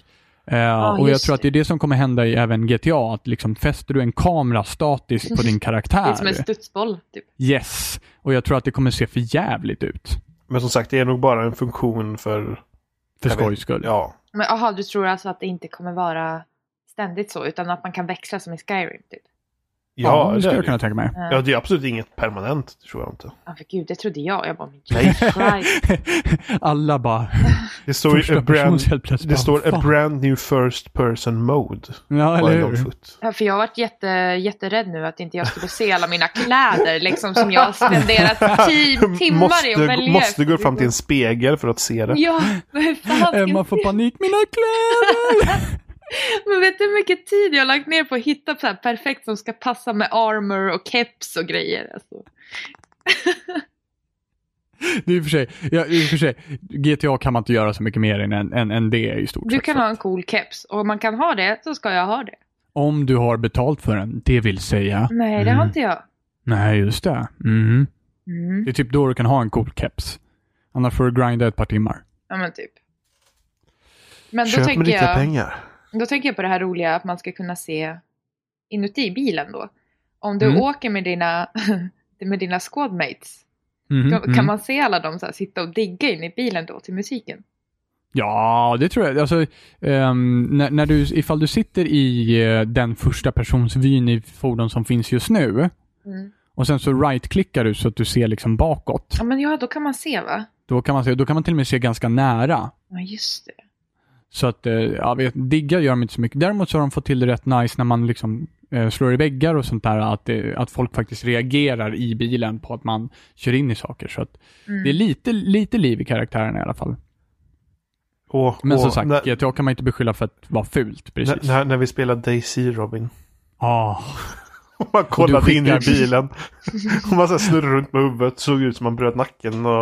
Speaker 2: Eh, och jag
Speaker 3: just
Speaker 2: tror att det är det som kommer hända i även GTA, att liksom fäster du en kamera statiskt på din
Speaker 3: Det är som en
Speaker 2: karaktär.
Speaker 3: studsboll. Typ.
Speaker 2: Yes, och jag tror att det kommer se för jävligt ut.
Speaker 1: Men som sagt, det är nog bara en funktion för...
Speaker 2: För
Speaker 1: Jag vet.
Speaker 2: skojs skull.
Speaker 1: Ja.
Speaker 3: Men aha, du tror alltså att det inte kommer vara ständigt så, utan att man kan växla som i Skyrim? Typ.
Speaker 2: Ja, det skulle
Speaker 1: är
Speaker 2: jag
Speaker 1: det.
Speaker 2: kunna tänka mig.
Speaker 1: Ja, det är absolut inget permanent, det tror jag inte.
Speaker 3: Ja, för gud, det trodde jag. Jag bara, men
Speaker 1: Nej.
Speaker 3: Jesus Christ.
Speaker 2: Alla bara,
Speaker 1: Det står ju
Speaker 2: första
Speaker 1: a
Speaker 2: person
Speaker 1: brand,
Speaker 2: helt plötsligt.
Speaker 1: det
Speaker 2: bara,
Speaker 1: står a
Speaker 2: "Fan."
Speaker 1: brand new first person mode.
Speaker 2: Ja,
Speaker 1: Eller
Speaker 2: eller hur?
Speaker 1: Longfoot.
Speaker 3: Ja, för jag har varit jätte, jätterädd nu att inte jag skulle få se alla mina kläder liksom, som jag har spenderat ti- timmar i att
Speaker 1: Måste,
Speaker 3: välja.
Speaker 1: måste gå fram till en spegel för att se det.
Speaker 3: Ja, men hur fan.
Speaker 2: Emma får panik, mina kläder!
Speaker 3: Men vet du hur mycket tid jag har lagt ner på att hitta så här perfekt som ska passa med armor och keps och grejer? Alltså.
Speaker 2: Det är i och för sig, ja, i och för sig, GTA kan man inte göra så mycket mer än, än, än, än det i stort
Speaker 3: Du
Speaker 2: sett.
Speaker 3: kan ha en cool keps och om man kan ha det så ska jag ha det.
Speaker 2: Om du har betalt för den, det vill säga.
Speaker 3: Nej, det
Speaker 1: Mm.
Speaker 3: har inte jag.
Speaker 2: Nej, just det. Mm.
Speaker 3: Mm.
Speaker 2: Det är typ då du kan ha en cool keps. Annars får du grinda ett par timmar.
Speaker 3: Ja, men typ. Men då
Speaker 1: Köp med
Speaker 3: tänker,
Speaker 1: riktiga
Speaker 3: jag,
Speaker 1: pengar.
Speaker 3: då tänker jag på det här roliga att man ska kunna se inuti bilen då. Om du
Speaker 2: Mm.
Speaker 3: åker med dina, med dina squadmates,
Speaker 2: Mhm,
Speaker 3: kan,
Speaker 2: mm.
Speaker 3: kan man se alla dem så här, sitta och digga in i bilen då till musiken?
Speaker 2: Ja, det tror jag. Alltså, ehm, när, när du, ifall du sitter i eh, den första personsvyn i fordon som finns just nu
Speaker 3: Mm.
Speaker 2: och sen så right-klickar du så att du ser liksom bakåt.
Speaker 3: Ja, men ja, då kan man se va?
Speaker 2: Då kan, man se, då kan man till och med se ganska nära
Speaker 3: Ja, just det.
Speaker 2: Så att, eh, jag vet, digga gör de inte så mycket. Däremot så har de fått till det rätt nice när man liksom eh, slår i väggar och sånt där, att, det- att folk faktiskt reagerar i bilen på att man kör in i saker. Så att
Speaker 3: Mm.
Speaker 2: det är lite, lite liv i karaktären i alla fall.
Speaker 1: Åh,
Speaker 2: Men
Speaker 1: åh,
Speaker 2: som sagt,
Speaker 1: när,
Speaker 2: GTA kan man inte beskylla för att vara fult
Speaker 1: när,
Speaker 2: precis.
Speaker 1: när, när vi spelade Daisy Robin.
Speaker 2: Ah,
Speaker 1: Och man
Speaker 2: Och du
Speaker 1: kollade in i
Speaker 2: skickar-
Speaker 1: bilen. Och man så här snurrade runt med huvudet. Såg ut som man bröt nacken. Och,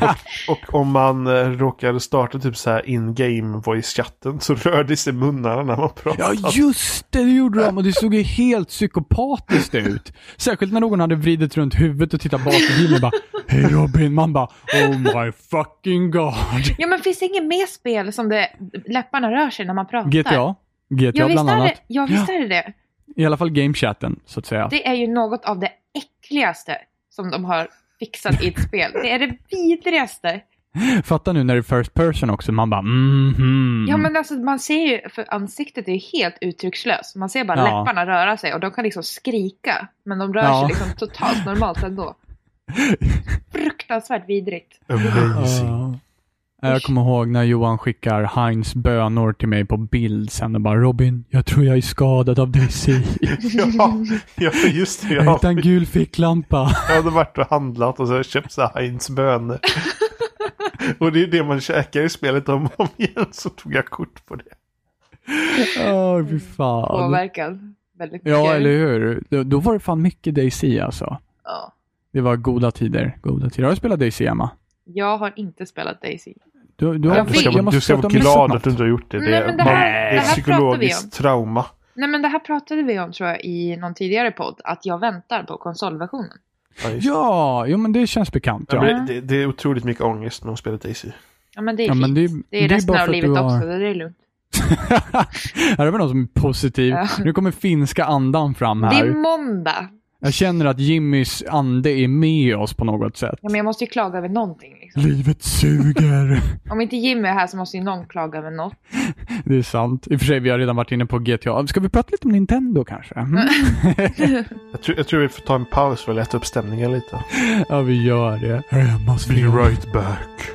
Speaker 1: och, och om man eh, råkade starta typ så här in-game voice-chatten så rörde sig munnarna när man
Speaker 2: Ja,
Speaker 1: pratade.
Speaker 2: just det! Det gjorde de och det såg ju helt psykopatiskt ut. Särskilt när någon hade vridit runt huvudet och tittat bak i bilen och bara Hej Robin! Man bara Oh my fucking god!
Speaker 3: Ja men finns det inget mer spel som det, läpparna rör sig när man pratar?
Speaker 2: GTA.
Speaker 3: Ja
Speaker 2: GTA
Speaker 3: visst
Speaker 2: bland
Speaker 3: är
Speaker 2: annat.
Speaker 3: det, ja, visst är det det.
Speaker 2: I alla fall gamechatten, så att säga.
Speaker 3: Det är ju något av det äckligaste som de har fixat i ett spel. Det är det vidrigaste.
Speaker 2: Fatta nu när det är first person också, man bara mhm.
Speaker 3: Ja men alltså man ser ju, för ansiktet är ju helt uttryckslöst. Man ser bara
Speaker 2: Ja.
Speaker 3: läpparna röra sig och de kan liksom skrika. Men de rör
Speaker 2: Ja.
Speaker 3: sig liksom totalt normalt ändå. Fruktansvärt vidrigt.
Speaker 1: Amazing.
Speaker 2: Ja. Jag kommer ihåg när Johan skickar Heinz bönor till mig på bild sen och bara Robin, jag tror jag är skadad av DC.
Speaker 1: Ja, ja, just det.
Speaker 2: Jag
Speaker 1: Ja.
Speaker 2: hittade en gul ficklampa.
Speaker 1: Jag hade varit och handlat och så köpt så här Heinz bönor. Och det är det man käkar i spelet om och om igen. Så tog jag kort på det.
Speaker 2: Åh, fy fan.
Speaker 3: Påverkan väldigt mycket.
Speaker 2: Ja, eller hur? Då, då var det fan mycket DC alltså.
Speaker 3: Ja.
Speaker 2: Det var goda tider. Goda tider. Har du spelat DC, Emma?
Speaker 3: Jag har inte spelat Daisy.
Speaker 2: Du, du, har-
Speaker 3: Jag
Speaker 1: Du ska,
Speaker 3: vet.
Speaker 1: vara-
Speaker 2: måste
Speaker 1: du ska
Speaker 2: säga
Speaker 1: vara
Speaker 2: att du har missat
Speaker 1: glad att du
Speaker 2: något.
Speaker 1: inte har gjort det. Det,
Speaker 3: Nej, men det
Speaker 1: man,
Speaker 3: här-
Speaker 1: det
Speaker 3: det
Speaker 1: är
Speaker 3: här pratar vi om.
Speaker 1: psykologiskt trauma.
Speaker 3: Nej men det här pratade vi om tror jag i någon tidigare podd, att jag väntar på konsolversionen.
Speaker 1: Ja, just det.
Speaker 2: Ja, jo, men det känns bekant.
Speaker 1: Ja,
Speaker 2: Ja.
Speaker 1: men det, det är otroligt mycket ångest när hon spelar Daisy.
Speaker 3: Ja men det är
Speaker 2: Ja, men
Speaker 3: fint.
Speaker 2: det
Speaker 3: Det
Speaker 2: är-
Speaker 3: är,
Speaker 2: det är
Speaker 3: resten
Speaker 2: bara
Speaker 3: av
Speaker 2: för att
Speaker 3: livet
Speaker 2: du har-
Speaker 3: också, så det är lugnt.
Speaker 2: här har vi någon som är positiv.
Speaker 3: Ja.
Speaker 2: Nu kommer finska andan fram
Speaker 3: Det
Speaker 2: här.
Speaker 3: är måndag.
Speaker 2: Jag känner att Jimmys ande är med oss på något sätt.
Speaker 3: Ja, men jag måste ju klaga över någonting. Liksom.
Speaker 2: Livet suger.
Speaker 3: Om inte Jimmy är här så måste ju någon klaga över något.
Speaker 2: det är sant. I och för sig, vi har redan varit inne på GTA. Ska vi prata lite om Nintendo kanske? Mm.
Speaker 1: Jag tror, jag tror vi får ta en paus för att lätta upp stämningen lite.
Speaker 2: ja, vi gör det. Emmas fel.
Speaker 1: right back.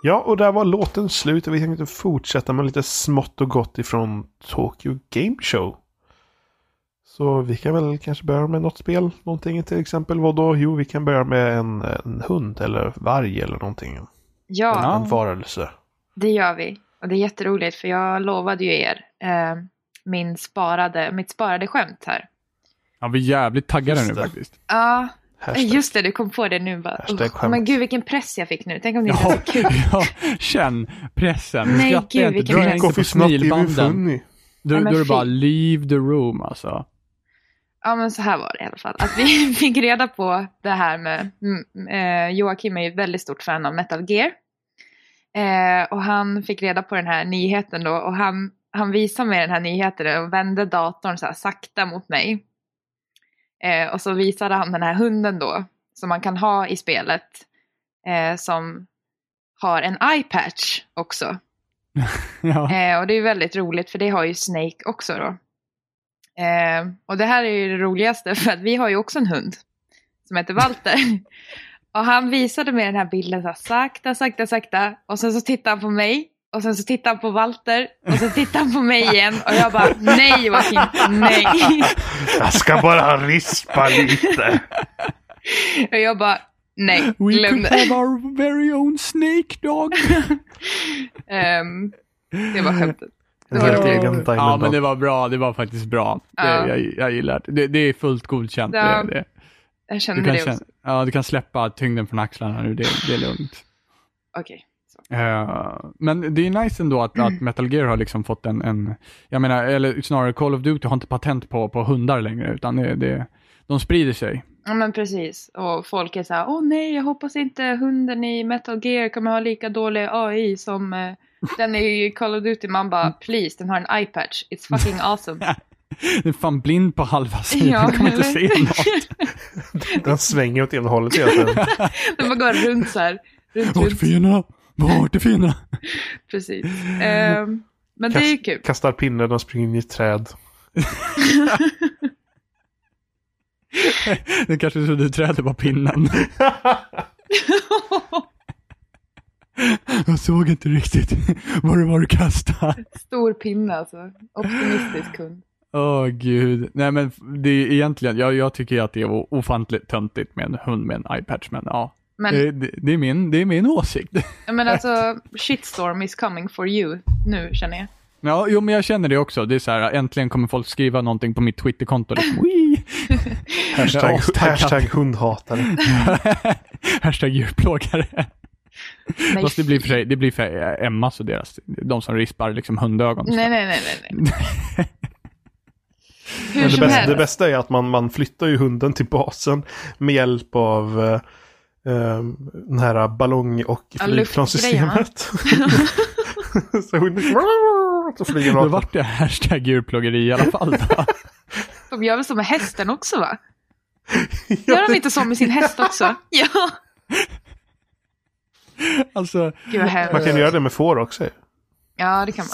Speaker 1: Ja, och där var låten slut och vi tänkte fortsätta med lite smått och gott ifrån Tokyo Game Show. Så vi kan väl kanske börja med något spel, någonting till exempel. Vad då? Jo, vi kan börja med en, en hund eller varg eller någonting.
Speaker 3: Ja,
Speaker 1: En varelse.
Speaker 3: det gör vi. Och det är jätteroligt för jag lovade ju er eh, min sparade, mitt sparade skämt här.
Speaker 2: Ja, vi är jävligt taggade
Speaker 1: Just
Speaker 2: nu
Speaker 1: det.
Speaker 2: faktiskt.
Speaker 3: Ja,
Speaker 1: Hashtag.
Speaker 3: just det, du kom på det nu bara.
Speaker 1: Hashtag
Speaker 3: Usch,
Speaker 1: skämt.
Speaker 3: men gud vilken press jag fick nu. Tänk om det inte
Speaker 2: Ja,
Speaker 3: var så kul.
Speaker 2: ja, känn pressen.
Speaker 3: Nej,
Speaker 2: Skratta
Speaker 3: gud,
Speaker 2: inte,
Speaker 3: vilken
Speaker 2: dra
Speaker 3: press.
Speaker 2: inte på
Speaker 1: Coffee snabbt i
Speaker 2: smilbanden.
Speaker 1: funny.
Speaker 2: Då,
Speaker 3: Nej,
Speaker 2: då
Speaker 3: men
Speaker 2: är det bara
Speaker 3: fy.
Speaker 2: leave the room alltså.
Speaker 3: Ja men så här var det i alla fall. Att vi fick reda på det här med, mm, eh, Joakim är ju ett väldigt stort fan av Metal Gear. Eh, och han fick reda på den här nyheten då och han, han visade mig den här nyheten och vände datorn så här sakta mot mig. Eh, och så visade han den här hunden då som man kan ha i spelet. Eh, som har en eye-patch också.
Speaker 2: ja.
Speaker 3: Eh, och det är ju väldigt roligt för det har ju Snake också då. Eh, och det här är ju det roligaste för att vi har ju också en hund som heter Walter. och han visade mig den här bilden så här, sakta, sakta, sakta. Och sen så tittade han på mig. Och sen så tittade han på Walter. Och sen tittade han på mig igen. Och jag bara nej Joakim, nej.
Speaker 1: Jag ska bara rispa lite.
Speaker 3: och jag bara nej,
Speaker 2: We
Speaker 3: glöm
Speaker 2: could
Speaker 3: det.
Speaker 2: have our very own snake dog.
Speaker 3: Ehm, det var skämtet.
Speaker 1: En helt
Speaker 3: Ja.
Speaker 1: egen Diamond
Speaker 2: Ja, men
Speaker 1: Dog.
Speaker 2: det var bra. Det var faktiskt bra.
Speaker 3: Ja.
Speaker 2: Det, jag, jag gillar det. det. Det är fullt godkänt.
Speaker 3: Ja,
Speaker 2: det, det.
Speaker 3: Jag
Speaker 2: Du,
Speaker 3: kände
Speaker 2: kan
Speaker 3: det också.
Speaker 2: känna, ja, du kan släppa tyngden från axlarna nu. Det, det är lugnt.
Speaker 3: Okej.
Speaker 2: Eh, men det är nice ändå att, att Metal Gear har liksom fått en, en, jag menar, eller snarare Call of Duty har inte patent på, på hundar längre, utan det, det, de sprider sig.
Speaker 3: Ja men precis. Och folk är så här, åh nej jag hoppas inte hunden i Metal Gear kommer ha lika dålig AI som eh, den är ju i Call of Duty. Man
Speaker 2: Mm.
Speaker 3: bara, please den har en iPatch. It's fucking awesome.
Speaker 2: Den är fan blind på halva sidan,
Speaker 3: Ja,
Speaker 2: kan man inte se
Speaker 3: eller?
Speaker 2: något.
Speaker 1: Den svänger åt ena hållet hela tiden.
Speaker 3: Den bara går runt så här. Runt,
Speaker 2: Vart är
Speaker 3: runt.
Speaker 2: fienderna? Vart är fienderna?
Speaker 3: Precis. Ehm, men det är ju kul.
Speaker 1: Kastar pinnar, de springer in i ett träd.
Speaker 2: Det kanske trodde du trädet var pinnen. Jag såg inte riktigt vad det var du kastade.
Speaker 3: Stor pinne alltså. Optimistisk kund.
Speaker 2: Åh gud. Nej men det är egentligen, jag, jag tycker ju att det är o- ofantligt töntigt med en hund med en iPatch, men ja.
Speaker 3: Men,
Speaker 2: Det, det, det, är min, det är min åsikt.
Speaker 3: men alltså, shitstorm is coming for you nu känner jag.
Speaker 2: Ja, jo, men jag känner det också. Det är så här, äntligen kommer folk skriva någonting på mitt Twitterkonto. Liksom. Wee!
Speaker 1: Hashtag,
Speaker 2: Astackare.
Speaker 1: hashtag hundhatare.
Speaker 2: Hashtag djurplågare.
Speaker 3: Nej,
Speaker 2: Fast det blir för sig, det blir för Emmas och deras, de som rispar liksom hundögon.
Speaker 3: nej, nej, nej, nej, nej. Hur
Speaker 1: Men det,
Speaker 3: som
Speaker 1: bästa, det
Speaker 3: helst.
Speaker 1: bästa är att man, man flyttar ju hunden till basen med hjälp av eh, eh, den här ballong och
Speaker 3: Ja,
Speaker 1: flygplanssystemet. så hunden så flyger
Speaker 2: Då
Speaker 1: rakt upp.
Speaker 2: vart det hashtag djurplågeri i alla fall. Då.
Speaker 3: De gör väl så med hästen också va?
Speaker 1: Ja,
Speaker 3: Gör de
Speaker 1: det-
Speaker 3: inte så med sin häst också? Ja.
Speaker 2: Alltså,
Speaker 3: Gud vad
Speaker 1: Man kan
Speaker 3: hemskt.
Speaker 1: göra det med får också. ju.
Speaker 3: Ja det kan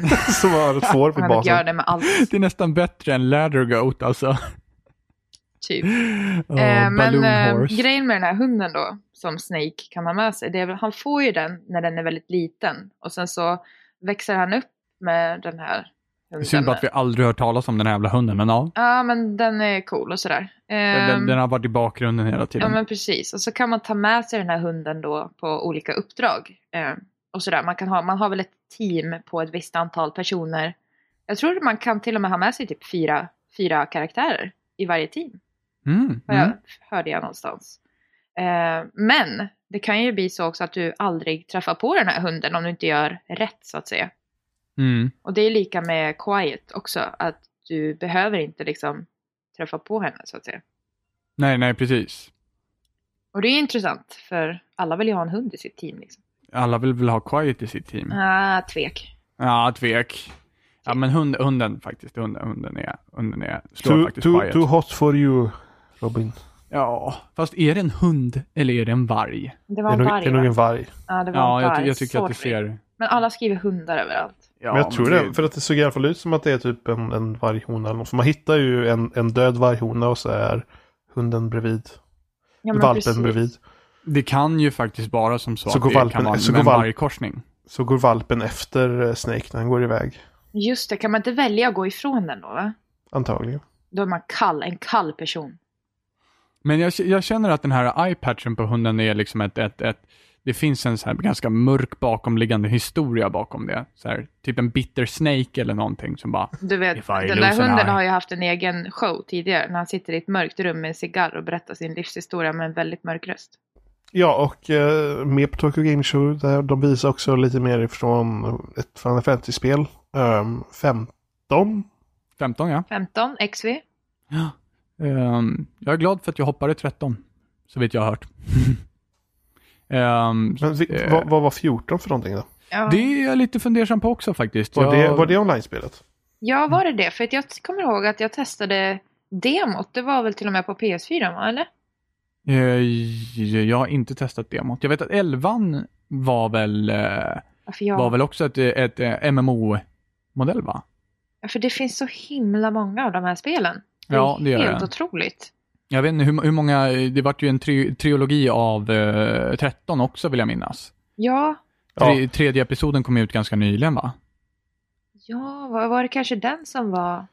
Speaker 3: man.
Speaker 1: Som har ett får vid
Speaker 3: Man kan göra
Speaker 1: basen.
Speaker 3: det med allt
Speaker 2: det är nästan bättre än leather goat alltså.
Speaker 3: typ.
Speaker 2: Oh,
Speaker 3: Eh, men
Speaker 2: balloon
Speaker 3: eh,
Speaker 2: horse.
Speaker 3: grejen med den här hunden då som Snake kan ha med sig. Det är väl, han får ju den när den är väldigt liten. Och sen så växer han upp med den här
Speaker 2: det är synd
Speaker 3: hunden.
Speaker 2: att vi aldrig hört talas om den här jävla hunden, men ja.
Speaker 3: Ja men den är cool och sådär.
Speaker 2: Den,
Speaker 3: Ehm,
Speaker 2: den, den har varit i bakgrunden hela
Speaker 3: Ja
Speaker 2: tiden.
Speaker 3: men precis. Och så kan man ta med sig den här hunden då på olika uppdrag. Eh, och sådär. Man, kan ha, man har väl ett team på ett visst antal personer. Jag tror man kan till och med ha med sig typ fyra, fyra karaktärer i varje team.
Speaker 2: Mm,
Speaker 3: Har jag,
Speaker 2: mm.
Speaker 3: Hörde jag någonstans. Eh, men det kan ju bli så också att du aldrig träffar på den här hunden om du inte gör rätt så att säga.
Speaker 2: Mm.
Speaker 3: Och det är lika med Quiet också. Att du behöver inte liksom träffa på henne så att säga.
Speaker 2: Nej, nej, precis.
Speaker 3: Och det är intressant för alla vill ju ha en hund i sitt team liksom.
Speaker 2: Alla vill väl ha quiet i sitt team?
Speaker 3: Ah, tvek.
Speaker 2: Ja, tvek. Ja, men hund, hunden faktiskt. Hunden, hunden är, hunden är, slår
Speaker 1: Too,
Speaker 2: faktiskt
Speaker 1: too,
Speaker 2: quiet.
Speaker 1: too hot for you, Robin.
Speaker 2: Ja, fast är det en hund eller är det en varg?
Speaker 3: Det
Speaker 1: Det
Speaker 3: var
Speaker 1: är
Speaker 3: en
Speaker 1: nog,
Speaker 3: varg.
Speaker 1: det är nog en
Speaker 3: va?
Speaker 1: varg.
Speaker 3: Ja, det var
Speaker 2: Ja,
Speaker 3: en
Speaker 2: jag,
Speaker 3: varg.
Speaker 2: ty- jag tycker
Speaker 3: Så
Speaker 2: att det
Speaker 3: trevligt.
Speaker 2: ser...
Speaker 3: Men alla skriver hundar överallt.
Speaker 2: Ja,
Speaker 1: men jag tror
Speaker 2: men
Speaker 1: det, för att det såg i alla fall ut som att det är typ en, en varghona. eller något. För man hittar ju en, en död varghona och så är hunden bredvid.
Speaker 3: Ja,
Speaker 1: valpen bredvid.
Speaker 2: Det kan ju faktiskt vara som så,
Speaker 1: Så
Speaker 2: att
Speaker 1: går
Speaker 2: det
Speaker 1: valpen-
Speaker 2: kan vara
Speaker 1: så
Speaker 2: en
Speaker 1: går valp-
Speaker 2: vargkorsning.
Speaker 1: Så går valpen efter eh, Snake när han går iväg.
Speaker 3: Just det, kan man inte välja att gå ifrån den då? Va?
Speaker 1: Antagligen.
Speaker 3: Då är man kall, en kall person.
Speaker 2: Men jag, jag känner att den här eye-patchen på hunden är liksom ett, ett, ett det finns en så här ganska mörk bakomliggande historia bakom det. Så här, typ en bitter snake eller någonting som bara,
Speaker 3: Du vet,
Speaker 2: If I
Speaker 3: den
Speaker 2: lose
Speaker 3: där
Speaker 2: an
Speaker 3: hunden
Speaker 2: eye.
Speaker 3: har ju haft en egen show tidigare när han sitter i ett mörkt rum med en cigarr och berättar sin livshistoria med en väldigt mörk röst.
Speaker 1: Ja, och eh, med på Tokyo Game Show där de visar också lite mer ifrån ett Final Fantasy-spel. Ehm, 15?
Speaker 2: 15 ja.
Speaker 3: 15 XV.
Speaker 2: Ehm, jag är glad för att jag hoppade 13, så vitt jag har hört. Ehm,
Speaker 1: Men vi,
Speaker 2: Eh.
Speaker 1: vad, vad var 14 för någonting då?
Speaker 3: Ja.
Speaker 2: det är jag lite fundersam på också faktiskt.
Speaker 1: Var, det,
Speaker 2: jag,
Speaker 1: var det online-spelet?
Speaker 3: ja, var det det? För att jag kommer ihåg att jag testade demot. Det var väl till och med på PS4, va? eller?
Speaker 2: Eh, jag har inte testat demot. Jag vet att 11 var väl, eh,
Speaker 3: Ja, För, jag,
Speaker 2: var väl också ett, ett, eh, MMO-modell va?
Speaker 3: ja, för det finns så himla många av de här spelen. Det
Speaker 2: Ja,
Speaker 3: är
Speaker 2: det gör
Speaker 3: helt
Speaker 2: det.
Speaker 3: otroligt.
Speaker 2: Jag vet inte hur, hur många, det vart ju en tri, trilogi av eh, 13 också vill jag minnas.
Speaker 3: Ja,
Speaker 1: Ja.
Speaker 2: Tre, tredje episoden kom ut ganska nyligen va?
Speaker 3: ja, var, var det kanske den som var...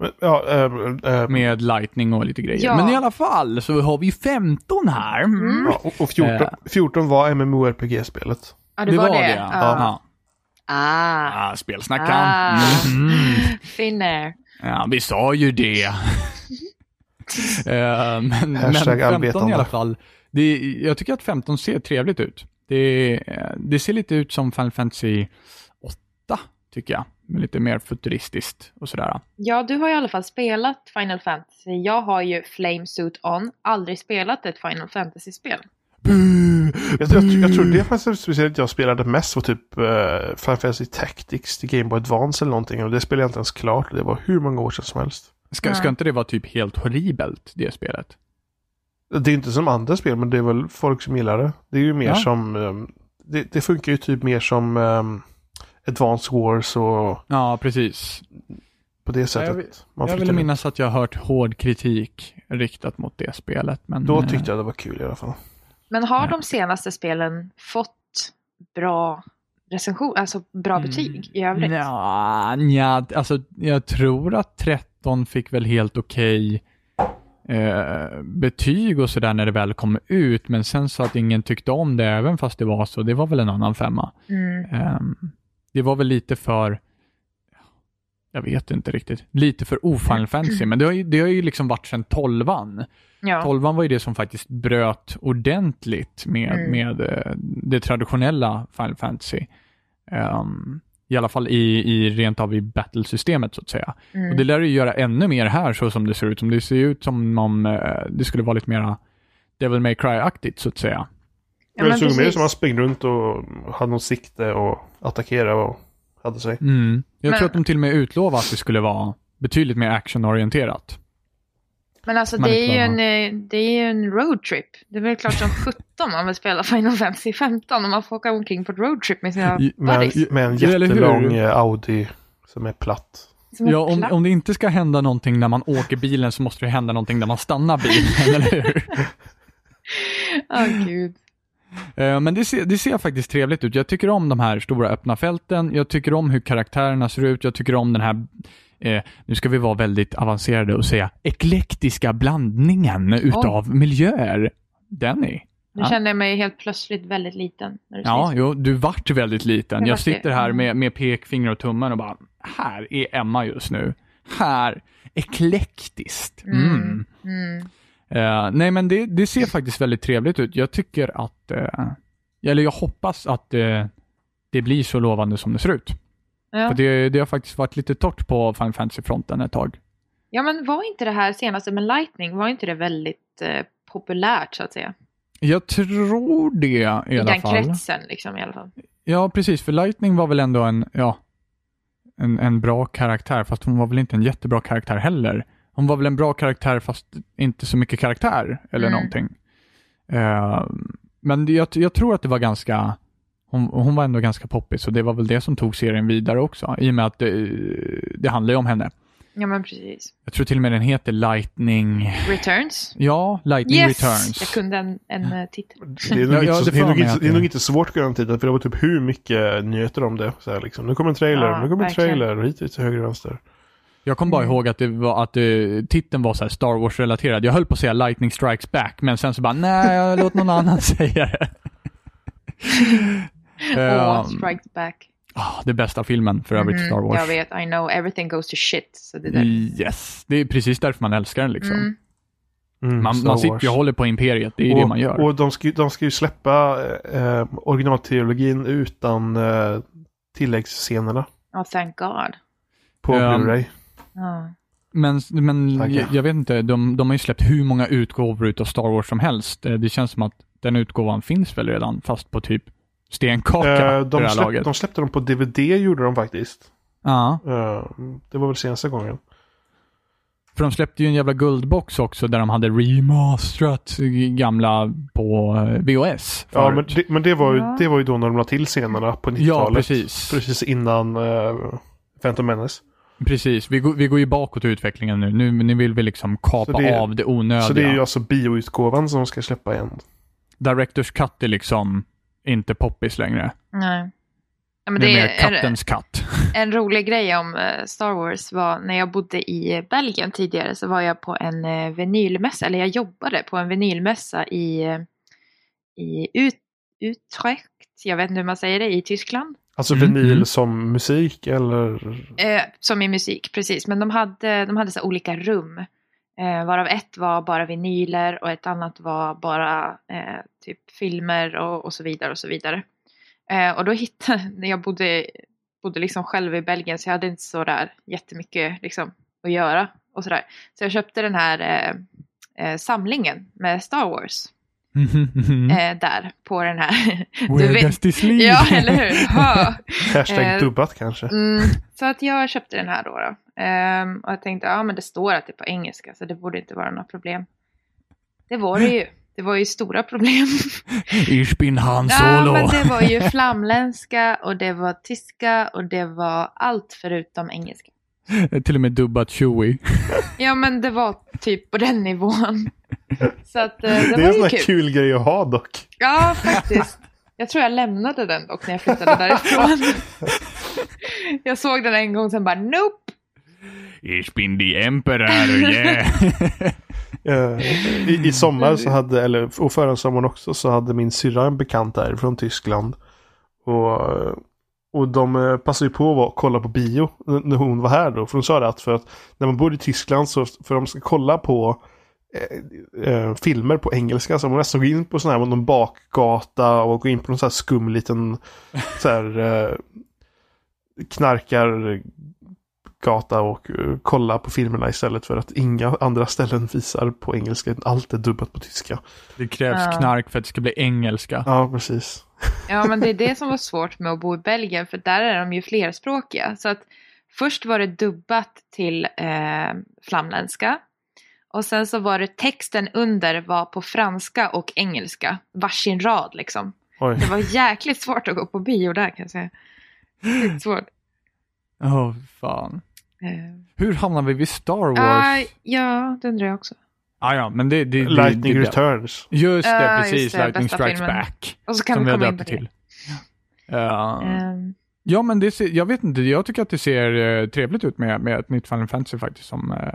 Speaker 1: Men, Ja, ehm, ehm,
Speaker 2: Med lightning och lite grejer.
Speaker 3: Ja.
Speaker 2: Men i alla fall så har vi ju 15 här.
Speaker 3: Mm.
Speaker 1: ja, och, och 14,
Speaker 2: Eh.
Speaker 1: 14 var MMORPG-spelet.
Speaker 3: Ja, det, var, det.
Speaker 2: Ja.
Speaker 3: Ja.
Speaker 2: Ja.
Speaker 3: Ah,
Speaker 2: Ah, spelsnackaren.
Speaker 3: Ah.
Speaker 2: Mhm.
Speaker 3: finner.
Speaker 2: Ja, vi sa ju det. Eh, men, men
Speaker 1: Hashtag
Speaker 2: 15
Speaker 1: arbetande.
Speaker 2: i alla fall. Det, jag tycker att 15 ser trevligt ut. Det, eh, det ser lite ut som Final Fantasy 8, tycker jag. Men lite mer futuristiskt och sådär.
Speaker 3: Ja, du har i alla fall spelat Final Fantasy. Jag har ju Flame Suit On, aldrig spelat ett Final Fantasy-spel.
Speaker 2: Bu,
Speaker 1: Jag, jag, jag tror
Speaker 2: bu.
Speaker 1: det faktiskt speciellt jag spelade mest var typ uh, Final Fantasy Tactics till Game Boy Advance eller någonting. Och det spelade jag inte ens klart. Det var hur många år sedan som helst.
Speaker 2: Ska, ska
Speaker 3: Nej.
Speaker 2: inte det vara typ helt horribelt, det spelet?
Speaker 1: Det är inte som andra spel, men det är väl folk som gillar det. Det är ju mer
Speaker 2: Ja.
Speaker 1: som... ehm, det, det funkar ju typ mer som um, Advance Wars och
Speaker 2: Ja, precis.
Speaker 1: på det sättet.
Speaker 2: jag
Speaker 1: man
Speaker 2: jag
Speaker 1: flyttar
Speaker 2: vill
Speaker 1: in.
Speaker 2: minnas att jag har hört hård kritik riktat mot det spelet. Men,
Speaker 1: Då
Speaker 2: eh,
Speaker 1: tyckte jag det var kul i alla fall.
Speaker 3: Men har
Speaker 2: Ja.
Speaker 3: de senaste spelen fått bra recension, alltså bra
Speaker 2: Mm.
Speaker 3: betyg i övrigt?
Speaker 2: Nja, nja, alltså jag tror att 13 fick väl helt okej eh, betyg och sådär när det väl kom ut, men sen så att ingen tyckte om det även fast det var så, det var väl en annan femma.
Speaker 3: Mm.
Speaker 2: Ehm, det var väl lite för, jag vet inte riktigt, lite för o-Final Fantasy, men det har, ju, det har ju liksom varit sedan tolvan.
Speaker 3: Ja.
Speaker 2: Tolvan var ju det som faktiskt bröt ordentligt med,
Speaker 3: Mm.
Speaker 2: med eh, det traditionella Final Fantasy. Ehm, I alla fall i, i rent av i battlesystemet så att säga. Och det
Speaker 3: Mm.
Speaker 2: lär ju göra ännu mer här så som det ser ut. Som det ser ut som om eh, det skulle vara lite mera Devil May Cry-aktigt så att säga.
Speaker 3: Ja,
Speaker 1: det
Speaker 3: men
Speaker 1: såg mer
Speaker 3: precis.
Speaker 1: som han sprang runt och hade något sikte och attackerade och hade sig.
Speaker 2: Mm. Jag
Speaker 3: Men-
Speaker 2: tror att de till och med utlovade att det skulle vara betydligt mer actionorienterat.
Speaker 3: Men alltså
Speaker 2: man
Speaker 3: det
Speaker 2: inte
Speaker 3: är, ju en,
Speaker 2: klarar.
Speaker 3: eh, det är ju en roadtrip. Det är väl klart som 17 man vill spela Final Fantasy 15 om man får åka omkring på ett roadtrip med sina
Speaker 2: I-
Speaker 1: Med,
Speaker 3: buddies.
Speaker 1: med en
Speaker 2: Ja, eller hur?
Speaker 1: jättelång eh, Audi som är platt.
Speaker 3: Som en
Speaker 2: Ja, om,
Speaker 3: klapp.
Speaker 2: om det inte ska hända någonting när man åker bilen så måste det hända någonting när man stannar bilen, eller hur?
Speaker 3: Åh, gud.
Speaker 2: Eh, Men det ser, det ser faktiskt trevligt ut. Jag tycker om de här stora öppna fälten. Jag tycker om hur karaktärerna ser ut. Jag tycker om den här, eh, nu ska vi vara väldigt avancerade och säga, eklektiska blandningen utav miljöer. Danny.
Speaker 3: Nu
Speaker 2: Ja.
Speaker 3: kände jag mig helt plötsligt väldigt liten. När du
Speaker 2: Ja,
Speaker 3: säger
Speaker 2: jo, du vart väldigt liten.
Speaker 3: Jag
Speaker 2: Jag
Speaker 3: vart det. Mm.
Speaker 2: sitter här med, med pekfinger och tummen och bara, här är Emma just nu. Här, eklektiskt.
Speaker 3: så. Mm.
Speaker 2: Mm.
Speaker 3: Mm.
Speaker 2: Eh, nej, men det, det ser faktiskt väldigt trevligt ut. Jag tycker att, eh, eller jag hoppas att eh, det blir så lovande som det ser ut.
Speaker 3: Ja.
Speaker 2: För det, det har faktiskt varit lite torrt på Final Fantasy-fronten ett tag.
Speaker 3: ja, men var inte det här senaste med Lightning, var inte det väldigt eh, populärt så att säga?
Speaker 2: Jag tror det i,
Speaker 3: I,
Speaker 2: alla
Speaker 3: den
Speaker 2: fall.
Speaker 3: kretsen liksom i alla fall.
Speaker 2: Ja, precis. För Lightning var väl ändå en, ja, en, en bra karaktär, fast hon var väl inte en jättebra karaktär heller. Hon var väl en bra karaktär, fast inte så mycket karaktär eller
Speaker 3: Mm.
Speaker 2: någonting. Eh, men det- jag, jag tror att det var ganska, hon, hon var ändå ganska poppis och det var väl det som tog serien vidare också, i och med att det, det handlar ju om henne.
Speaker 3: Ja, men precis.
Speaker 2: Jag tror till och med den heter Lightning...
Speaker 3: Returns.
Speaker 2: Ja, Lightning
Speaker 3: yes!
Speaker 2: Returns.
Speaker 3: Jag kunde en, en eh, titel.
Speaker 1: Det är nog
Speaker 2: Ja,
Speaker 1: inte
Speaker 2: ja,
Speaker 1: så-
Speaker 2: det
Speaker 1: det är nog
Speaker 2: fan
Speaker 1: inte-
Speaker 2: jag
Speaker 1: det är nog
Speaker 2: det.
Speaker 1: inte svårt att göra den titeln, för det var typ hur mycket nyheter om det. Så här, liksom. Nu kommer en trailer,
Speaker 3: Ja,
Speaker 1: nu kommer en
Speaker 3: verkligen.
Speaker 1: trailer, och hit till höger och vänster.
Speaker 2: Jag kom bara
Speaker 3: Mm.
Speaker 2: ihåg att, det var, att eh, titeln var så här Star Wars-relaterad. Jag höll på att säga Lightning Strikes Back, men sen så bara nej, jag låt någon annan säga det.
Speaker 3: Åh,
Speaker 2: Ehm,
Speaker 3: Strikes Back.
Speaker 2: ah, det bästa filmen för övrigt,
Speaker 3: Mhm,
Speaker 2: Star Wars.
Speaker 3: Jag vet, I know everything goes to shit. Så det där.
Speaker 2: Yes, det är precis därför man älskar den liksom.
Speaker 3: Mm.
Speaker 1: Mm,
Speaker 2: Man,
Speaker 1: Star
Speaker 2: man sitter
Speaker 1: Wars.
Speaker 2: ju och håller på imperiet, det är ju
Speaker 1: och,
Speaker 2: det man gör.
Speaker 1: Och de ska, ju- de ska ju släppa eh, originalteologin utan eh, tilläggsscenerna
Speaker 3: Ja, thank God.
Speaker 1: på
Speaker 2: Ja.
Speaker 1: Blu-ray.
Speaker 3: Ja.
Speaker 2: men men
Speaker 1: Tackar.
Speaker 2: jag, jag vet inte, de, de har ju släppt hur många utgåvor utav Star Wars som helst. Eh, Det känns som att den utgåvan finns väl redan, fast på typ stenkaka
Speaker 1: Eh,
Speaker 2: för det
Speaker 1: de,
Speaker 2: här
Speaker 1: släpp,
Speaker 2: laget.
Speaker 1: de släppte dem på DVD gjorde de faktiskt.
Speaker 2: Ja.
Speaker 1: Eh, det var väl senaste gången.
Speaker 2: För de släppte ju en jävla guldbox också där de hade remasterat gamla på eh, VHS.
Speaker 1: Ja,
Speaker 2: förut.
Speaker 1: men det, men det, var ju,
Speaker 3: Ja.
Speaker 1: det var ju då när de la till scenerna på 90-talet.
Speaker 2: ja precis.
Speaker 1: Precis innan eh, Phantom Menace.
Speaker 2: precis. Vi, går- vi går ju bakåt i utvecklingen nu. Nu, nu vill vi liksom kapa
Speaker 1: Så det-
Speaker 2: av det onödiga.
Speaker 1: Så det är ju alltså bioutgåvan som de ska släppa igen.
Speaker 2: Directors cut är liksom inte poppis längre.
Speaker 3: Nej. Ja, men
Speaker 2: det är
Speaker 3: det
Speaker 2: mer
Speaker 3: är, är,
Speaker 2: kattens katt.
Speaker 3: En rolig grej om eh, Star Wars var när jag bodde i Belgien tidigare så var jag på en eh, vinylmässa, eller jag jobbade på en vinylmässa i, eh, i Ut- Utrecht, jag vet inte hur man säger det, i Tyskland.
Speaker 1: Alltså
Speaker 2: Mm,
Speaker 1: vinyl
Speaker 2: mm.
Speaker 1: som musik eller...
Speaker 3: Eh, som i musik, precis. Men de hade, de hade så här olika rum. Eh, varav ett var bara vinyler och ett annat var bara eh, typ filmer och, och så vidare och så vidare. Eh, och då hittade, när jag bodde, bodde liksom själv i Belgien så jag hade inte så där jättemycket liksom, att göra och sådär. Så jag köpte den här eh, eh, samlingen med Star Wars eh, där på den här.
Speaker 2: Where
Speaker 3: vet-
Speaker 2: does this lead?
Speaker 3: ja, eller hur? Ha.
Speaker 1: Hashtag
Speaker 3: Eh,
Speaker 1: dubbat kanske.
Speaker 3: Mm, så att jag köpte den här då. då. Ehm, och jag tänkte, ja men det står att det är på engelska så det borde inte vara några problem. Det var det ju. Det var ju stora problem.
Speaker 2: Ich bin Han
Speaker 3: Ja,
Speaker 2: Solo.
Speaker 3: men det var ju flamländska och det var tyska och det var allt förutom engelska.
Speaker 2: Till och med dubbat Chewie.
Speaker 3: Ja, men det var typ på den nivån. Så att eh, det,
Speaker 1: det är en
Speaker 3: var
Speaker 1: sån
Speaker 3: ju
Speaker 1: här
Speaker 3: kul.
Speaker 1: kul grej att ha dock.
Speaker 3: Ja, faktiskt. Jag tror jag lämnade den dock när jag flyttade därifrån. Jag såg den en gång sen bara nope.
Speaker 2: Ich bin the Emperor, yeah.
Speaker 1: Eh, i, I sommar så hade, eller och förra sommaren också, så hade min syrra en bekant där från Tyskland. Och, och de eh, passade ju på att vara- kolla på bio n- när hon var här då. För hon sa det att för att när man bor i Tyskland så för de ska kolla på eh, eh, filmer på engelska så man nästan går in på sån här någon bakgata och går in på någon sån här skum liten så här, eh, knarkar gata och eh, kolla på filmerna istället för att inga andra ställen visar på engelska. Allt är dubbat på tyska.
Speaker 2: Det krävs
Speaker 3: Ja.
Speaker 2: knark för att det ska bli engelska.
Speaker 1: Ja, precis.
Speaker 3: Ja, men det är det som var svårt med att bo i Belgien för där är de ju flerspråkiga. Så att först var det dubbat till eh, flamländska. Och sen så var det texten under var på franska och engelska. Varsin rad liksom. Det
Speaker 1: Oj.
Speaker 3: var jäkligt svårt att gå på bio där kan jag säga. Sjukt svårt.
Speaker 2: Åh, fan.
Speaker 3: Eh,
Speaker 2: Hur hamnar vi vid Star
Speaker 3: ah,
Speaker 2: Wars?
Speaker 3: ja, det undrar jag också.
Speaker 2: Ah, ja, men det... det, det
Speaker 1: Lightning
Speaker 2: det,
Speaker 1: Returns.
Speaker 2: Just det,
Speaker 3: Ah, just
Speaker 2: precis.
Speaker 3: det,
Speaker 2: Lightning
Speaker 3: bästa
Speaker 2: Strikes
Speaker 3: filmen.
Speaker 2: Back.
Speaker 3: Och så kan
Speaker 2: som
Speaker 3: vi
Speaker 2: jag
Speaker 3: komma in på
Speaker 2: döpte
Speaker 3: det.
Speaker 2: till. Ja.
Speaker 3: Ehm,
Speaker 2: ja, men det ser, jag vet inte. Jag tycker att det ser eh, trevligt ut med, med ett nytt Final Fantasy faktiskt. Som, eh,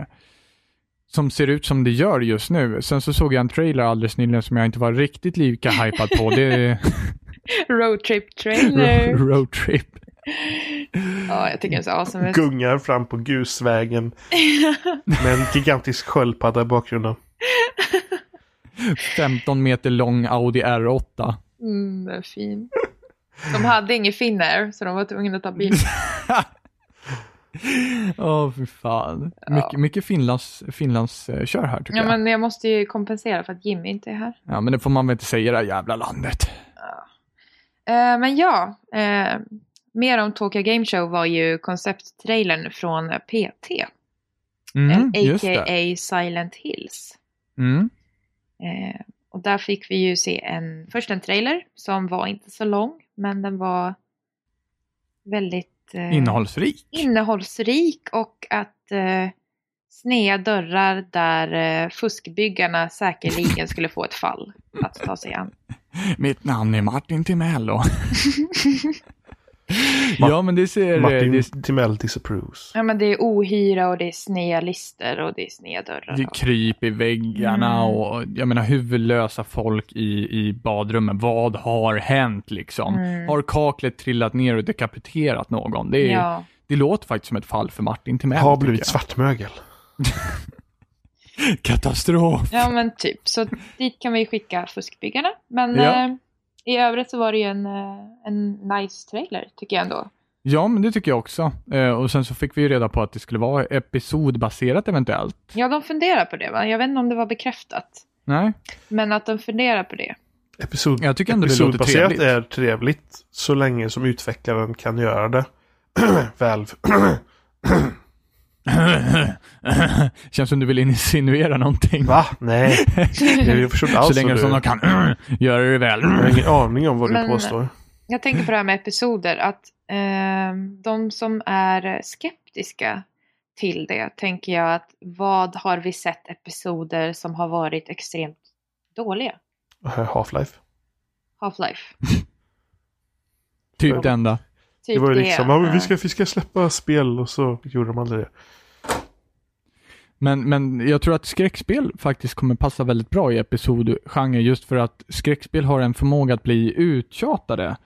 Speaker 2: som ser ut som det gör just nu. Sen så såg jag en trailer alldeles nyligen som jag inte var riktigt lika hypad på. Det är
Speaker 3: roadtrip trailer.
Speaker 2: Road Trip.
Speaker 3: Ja, jag tycker den ser awesome ut.
Speaker 1: Gungar fram på grusvägen med en gigantisk sköldpadda i bakgrunden.
Speaker 2: 15 meter lång Audi R8.
Speaker 3: Mm, den är fin. De hade ingen finner så de var tvungna att ta bilen.
Speaker 2: Åh, fy fan.
Speaker 3: Ja.
Speaker 2: Mycket, mycket Finlands, Finlands eh, kör här tycker
Speaker 3: Ja,
Speaker 2: jag.
Speaker 3: men jag måste ju kompensera för att Jimmy inte är här.
Speaker 2: Ja, men det får man väl inte säga i det här jävla landet.
Speaker 3: Eh, men ja, eh, mer om Tokyo Game Show var ju koncepttrailern från PT,
Speaker 2: Mm,
Speaker 3: eller
Speaker 2: just det.
Speaker 3: a.k.a. Silent Hills.
Speaker 2: Mm.
Speaker 3: Eh, och där fick vi ju se en, först en trailer som var inte så lång, men den var väldigt väldigt eh,
Speaker 2: Innehållsrik.
Speaker 3: innehållsrik och att eh, sneda dörrar där eh, fuskbyggarna säkerligen skulle få ett fall att ta sig an.
Speaker 2: Mitt namn är Martin Timello. ja, men det ser... eh,
Speaker 1: Martin
Speaker 2: Det,
Speaker 1: Timell disapproves.
Speaker 3: Ja, men det är ohyra och det är sneda lister och det är sneda dörrar.
Speaker 2: det är
Speaker 3: och-
Speaker 2: kryp i väggarna
Speaker 3: Mm.
Speaker 2: och jag menar huvudlösa folk i, i badrummen. Vad har hänt liksom?
Speaker 3: Mm.
Speaker 2: Har kaklet trillat ner och dekapiterat någon? Det, är,
Speaker 3: Ja.
Speaker 2: det låter faktiskt som ett fall för Martin Timell.
Speaker 1: Har
Speaker 2: tycker
Speaker 1: blivit
Speaker 2: jag.
Speaker 1: svartmögel.
Speaker 2: Katastrof.
Speaker 3: ja, men typ. Så dit kan vi skicka fuskbyggarna. Men
Speaker 2: Ja.
Speaker 3: eh, i övrigt så var det ju en, eh, en nice trailer tycker jag ändå.
Speaker 2: Ja, men det tycker jag också. Eh, och sen så fick vi ju reda på att det skulle vara episodbaserat eventuellt.
Speaker 3: Ja, de funderar på det va? Jag vet inte om det var bekräftat.
Speaker 2: Nej,
Speaker 3: Men att de funderar på det.
Speaker 1: Episod,
Speaker 2: jag tycker ändå det låter
Speaker 1: episodbaserat
Speaker 2: trevligt.
Speaker 1: är trevligt så länge som utvecklaren kan göra det. Väl.
Speaker 2: Känns som du vill insinuera någonting.
Speaker 1: Va? Nej. Jag förstår inte
Speaker 2: Så
Speaker 1: alls
Speaker 2: länge
Speaker 1: vad
Speaker 2: som
Speaker 1: du...
Speaker 2: de kan göra det väl.
Speaker 1: Jag har ingen aning om vad du
Speaker 3: Men-
Speaker 1: påstår.
Speaker 3: Jag tänker på det här med episoder. Att ehm, de som är skeptiska till det tänker jag att vad har vi sett episoder som har varit extremt dåliga?
Speaker 1: Half-Life.
Speaker 3: Half-Life.
Speaker 2: Typ det enda.
Speaker 3: Typ
Speaker 1: det var ju liksom, ja, men vi,
Speaker 3: eh.
Speaker 1: ska, vi ska släppa spel och så gjorde de aldrig det.
Speaker 2: Men, men jag tror att skräckspel faktiskt kommer passa väldigt bra i episodgenre just för att skräckspel har en förmåga att bli uttjatade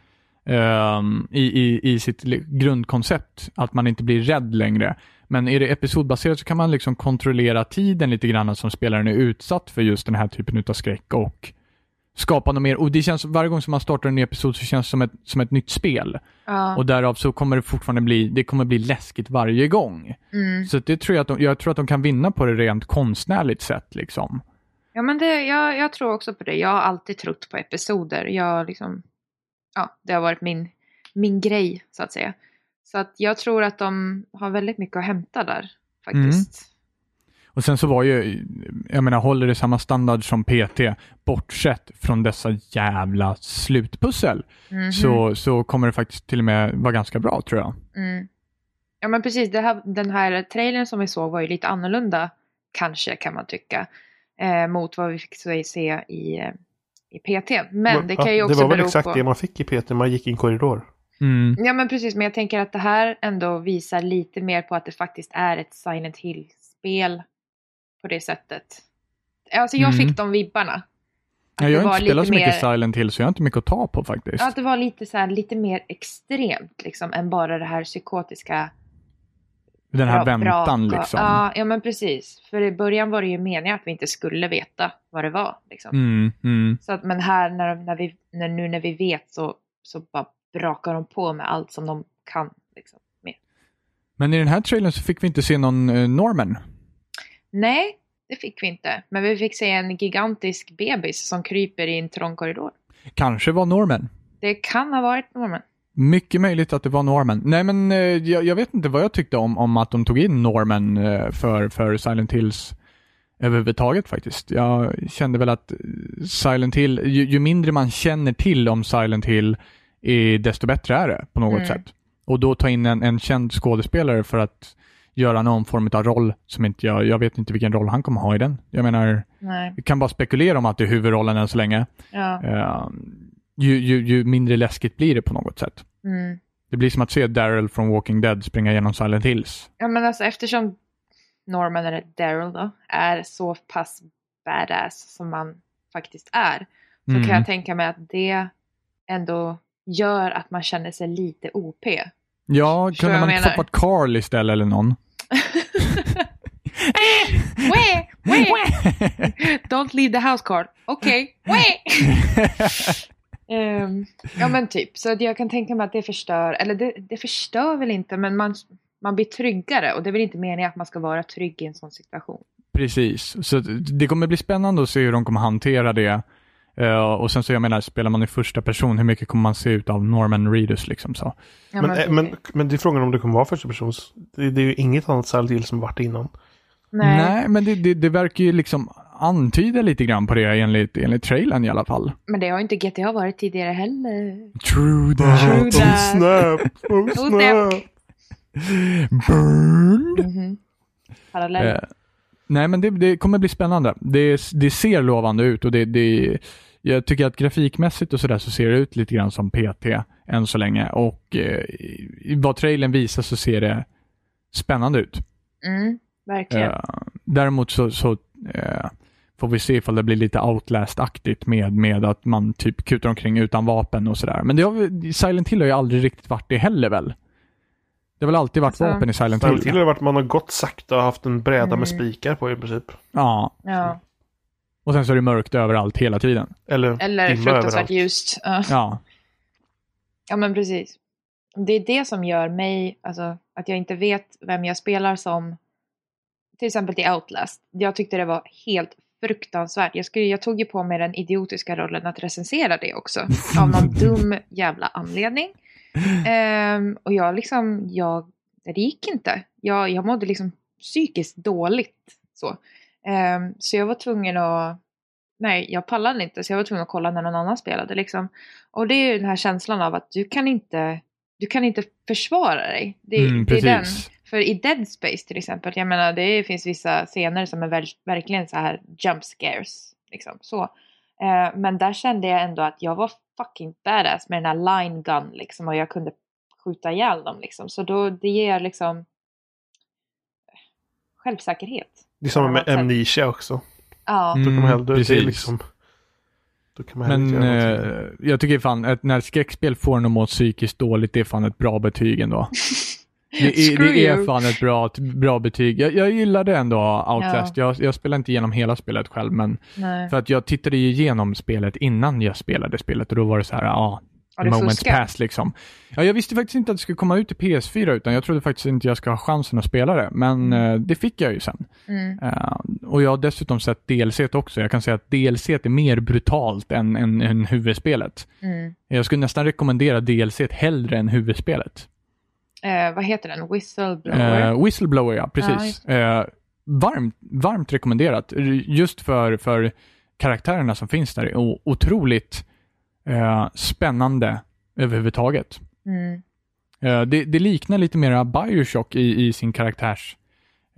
Speaker 2: ehm, i, i, i sitt li- grundkoncept. Att man inte blir rädd längre. Men är det episodbaserat så kan man liksom kontrollera tiden lite grann som spelaren är utsatt för just den här typen av skräck och skapa något mer. Och det känns, varje gång som man startar en ny episod så känns det som ett, som ett nytt spel.
Speaker 3: Ja.
Speaker 2: Och därav så kommer det fortfarande bli, det kommer bli läskigt varje gång.
Speaker 3: Mm.
Speaker 2: Så det tror jag, att de, jag tror att de kan vinna på det rent konstnärligt sett. Liksom.
Speaker 3: Ja, men det, jag, jag tror också på det. Jag har alltid trott på episoder. Jag liksom, ja, det har varit min, min grej, så att säga. Så att jag tror att de har väldigt mycket att hämta där, faktiskt.
Speaker 2: Och sen så var ju, jag menar håller det samma standard som PT, bortsett från dessa jävla slutpussel,
Speaker 3: Mhm.
Speaker 2: Mm. så, så kommer det faktiskt till och med vara ganska bra tror jag.
Speaker 3: Mm. Ja, men precis. Det här, den här trailern som vi såg var ju lite annorlunda, kanske, kan man tycka, eh, mot vad vi fick se- se i, eh, i PT. Men det kan ju
Speaker 1: ja,
Speaker 3: också
Speaker 1: det var väl
Speaker 3: bero
Speaker 1: exakt
Speaker 3: på...
Speaker 1: det man fick i PT, man gick i en korridor.
Speaker 2: Mm.
Speaker 3: Ja men precis, men jag tänker att det här ändå visar lite mer på att det faktiskt är ett Silent Hill-spel på det sättet. Alltså jag
Speaker 2: Mm.
Speaker 3: fick de vibbarna. Att
Speaker 2: Jag har
Speaker 3: det var
Speaker 2: inte spelat
Speaker 3: lite
Speaker 2: så mycket
Speaker 3: mer,
Speaker 2: Silent Hill så jag har inte mycket att ta på faktiskt.
Speaker 3: ja, Att det var lite så här, lite mer extremt liksom än bara det här psykotiska.
Speaker 2: Den här
Speaker 3: bra-
Speaker 2: väntan
Speaker 3: bra-
Speaker 2: liksom.
Speaker 3: Ja, ja men precis. För i början var det ju meningen att vi inte skulle veta vad det var. Liksom.
Speaker 2: Mm, mm.
Speaker 3: Så att, men här när, när vi, när, nu när vi vet så, så bara brakar de på med allt som de kan. Liksom, med.
Speaker 2: Men i den här trailern så fick vi inte se någon eh, Norman.
Speaker 3: Nej, det fick vi inte. Men vi fick se en gigantisk bebis som kryper i en trång korridor.
Speaker 2: Kanske var Norman.
Speaker 3: Det kan ha varit Norman.
Speaker 2: Mycket möjligt att det var Norman. Nej men eh, jag, jag vet inte vad jag tyckte om, om att de tog in Norman eh, för, för Silent Hills överhuvudtaget faktiskt. Jag kände väl att eh, Silent Hill, ju, ju mindre man känner till om Silent Hill, eh, desto bättre är det på något
Speaker 3: Mm.
Speaker 2: sätt. Och då ta in en, en känd skådespelare för att göra någon form av roll som inte jag, jag vet inte vilken roll han kommer ha i den. Jag menar,
Speaker 3: Nej.
Speaker 2: vi kan bara spekulera om att det är huvudrollen än så länge.
Speaker 3: Ja.
Speaker 2: Eh, ju, ju, ju mindre läskigt blir det på något sätt.
Speaker 3: Mm.
Speaker 2: Det blir som att se Daryl från Walking Dead springa genom Silent Hills.
Speaker 3: ja men alltså eftersom Norman, eller Daryl då, är så pass badass som man faktiskt är. Så
Speaker 2: Mm.
Speaker 3: kan jag tänka mig att det ändå gör att man känner sig lite OP.
Speaker 2: Ja,
Speaker 3: Förstår
Speaker 2: kunde
Speaker 3: jag
Speaker 2: man inte
Speaker 3: menar?
Speaker 2: stoppat Carl istället eller någon?
Speaker 3: Wah! Wah! Don't leave the house Carl. Okej. Wah! Ehm, ja men typ, så att jag kan tänka mig att det förstör, eller det, det förstör väl inte men man, man blir tryggare och det är väl inte meningen att man ska vara trygg i en sån situation.
Speaker 2: Precis, så det kommer bli spännande att se hur de kommer hantera det. Eh, och sen så, jag menar, spelar man i första person, hur mycket kommer man se ut av Norman Reedus liksom så?
Speaker 3: Ja, typ.
Speaker 1: men, eh, men,
Speaker 3: precis.
Speaker 1: men det är frågan om det kommer vara första persons. Det, det är ju inget annat Silent Hill som varit innan.
Speaker 3: nej.
Speaker 2: men det, det, det verkar ju liksom antyder lite grann på det enligt, enligt trailern i alla fall.
Speaker 3: Men det har ju inte GTA varit tidigare
Speaker 1: Mm.
Speaker 3: heller.
Speaker 2: True
Speaker 3: True
Speaker 1: Oh,
Speaker 2: that.
Speaker 3: that.
Speaker 1: snap! Oh,
Speaker 3: snap.
Speaker 1: snap!
Speaker 2: Burned.
Speaker 3: Mhm. Parallell.
Speaker 2: Eh, nej, men det, det kommer bli spännande. Det, det ser lovande ut och det, det, jag tycker att grafikmässigt och sådär så ser det ut lite grann som PT än så länge och eh, i- i vad trailern visar så ser det spännande ut.
Speaker 1: Eh.
Speaker 3: Mm, verkligen.
Speaker 2: Eh, däremot så, så eh, får vi se ifall det blir lite outlast-aktigt med, med att man typ kutar omkring utan vapen och sådär. Men det har, vi- Silent Hill har ju aldrig riktigt varit det heller väl? Det har väl alltid varit
Speaker 3: Alltså-
Speaker 2: vapen i Silent Hill?
Speaker 1: Till och med varit man har gått sakta och haft en bräda
Speaker 3: Mm.
Speaker 1: med spikar på i princip.
Speaker 2: Ja.
Speaker 3: Ja.
Speaker 2: Och sen så är det mörkt överallt hela tiden.
Speaker 1: Eller,
Speaker 3: Eller
Speaker 1: dimma
Speaker 3: fruktansvärt
Speaker 1: överallt.
Speaker 3: ljust. Ja.
Speaker 2: Ja.
Speaker 3: ja, men precis. Det är det som gör mig, alltså att jag inte vet vem jag spelar som. Till exempel till Outlast. Jag tyckte det var helt fruktansvärt. Jag, skulle, jag tog ju på mig den idiotiska rollen att recensera det också. Av någon dum jävla anledning.
Speaker 2: Mm.
Speaker 3: Ehm, och jag liksom, jag, det gick inte. Jag, jag mådde liksom psykiskt dåligt. Så. Ehm, så jag var tvungen att, nej jag pallade inte så jag var tvungen att kolla när någon annan spelade liksom. Och det är ju den här känslan av att du kan inte, du kan inte försvara dig. Det,
Speaker 2: Mm,
Speaker 3: det är den.
Speaker 2: precis.
Speaker 3: För i Dead Space till exempel, jag menar det finns vissa scener som är väl, verkligen så här jump scares. Liksom, så. Eh, men där kände jag ändå att jag var fucking badass med den här line gun liksom och jag kunde skjuta ihjäl dem liksom. Så då, det ger liksom självsäkerhet.
Speaker 1: Det är samma med
Speaker 3: Ja,
Speaker 1: amnesia också.
Speaker 3: Ja,
Speaker 1: Då kan man
Speaker 2: Mm,
Speaker 1: hellre, det är
Speaker 2: precis.
Speaker 1: liksom... Då kan man hellre
Speaker 2: Men
Speaker 1: inte göra någonting.
Speaker 2: eh, jag tycker fan att när skräckspel får en att må psykiskt dåligt, det är fan ett bra betyg ändå. Det är,
Speaker 3: Screw
Speaker 2: det är
Speaker 3: you.
Speaker 2: fan ett bra, ett bra betyg. Jag, jag gillade ändå Outlast. Jag, jag spelade inte igenom hela spelet själv, men
Speaker 3: nej.
Speaker 2: för att jag tittade ju igenom spelet innan jag spelade spelet och då var det så här, ja,
Speaker 3: Har du
Speaker 2: moments
Speaker 3: fuskat?
Speaker 2: pass liksom. Ja, jag visste faktiskt inte att det skulle komma ut till PS4 utan jag trodde faktiskt inte jag skulle ha chansen att spela det, men eh, det fick jag ju sen.
Speaker 3: Mm.
Speaker 2: Eh, och jag har dessutom sett DLC också. Jag kan säga att DLC är mer brutalt än, än, än huvudspelet.
Speaker 3: Mm.
Speaker 2: Jag skulle nästan rekommendera DLC hellre än huvudspelet.
Speaker 3: Eh, vad heter den? Whistleblower?
Speaker 2: Eh, Whistleblower, ja.
Speaker 3: Ja,
Speaker 2: Precis.
Speaker 3: just
Speaker 2: Eh, varmt, varmt rekommenderat. R- Just för, för karaktärerna som finns där. Och otroligt eh, spännande överhuvudtaget.
Speaker 3: Mm.
Speaker 2: Eh, det, det liknar lite mera Bioshock i, i sin karaktärs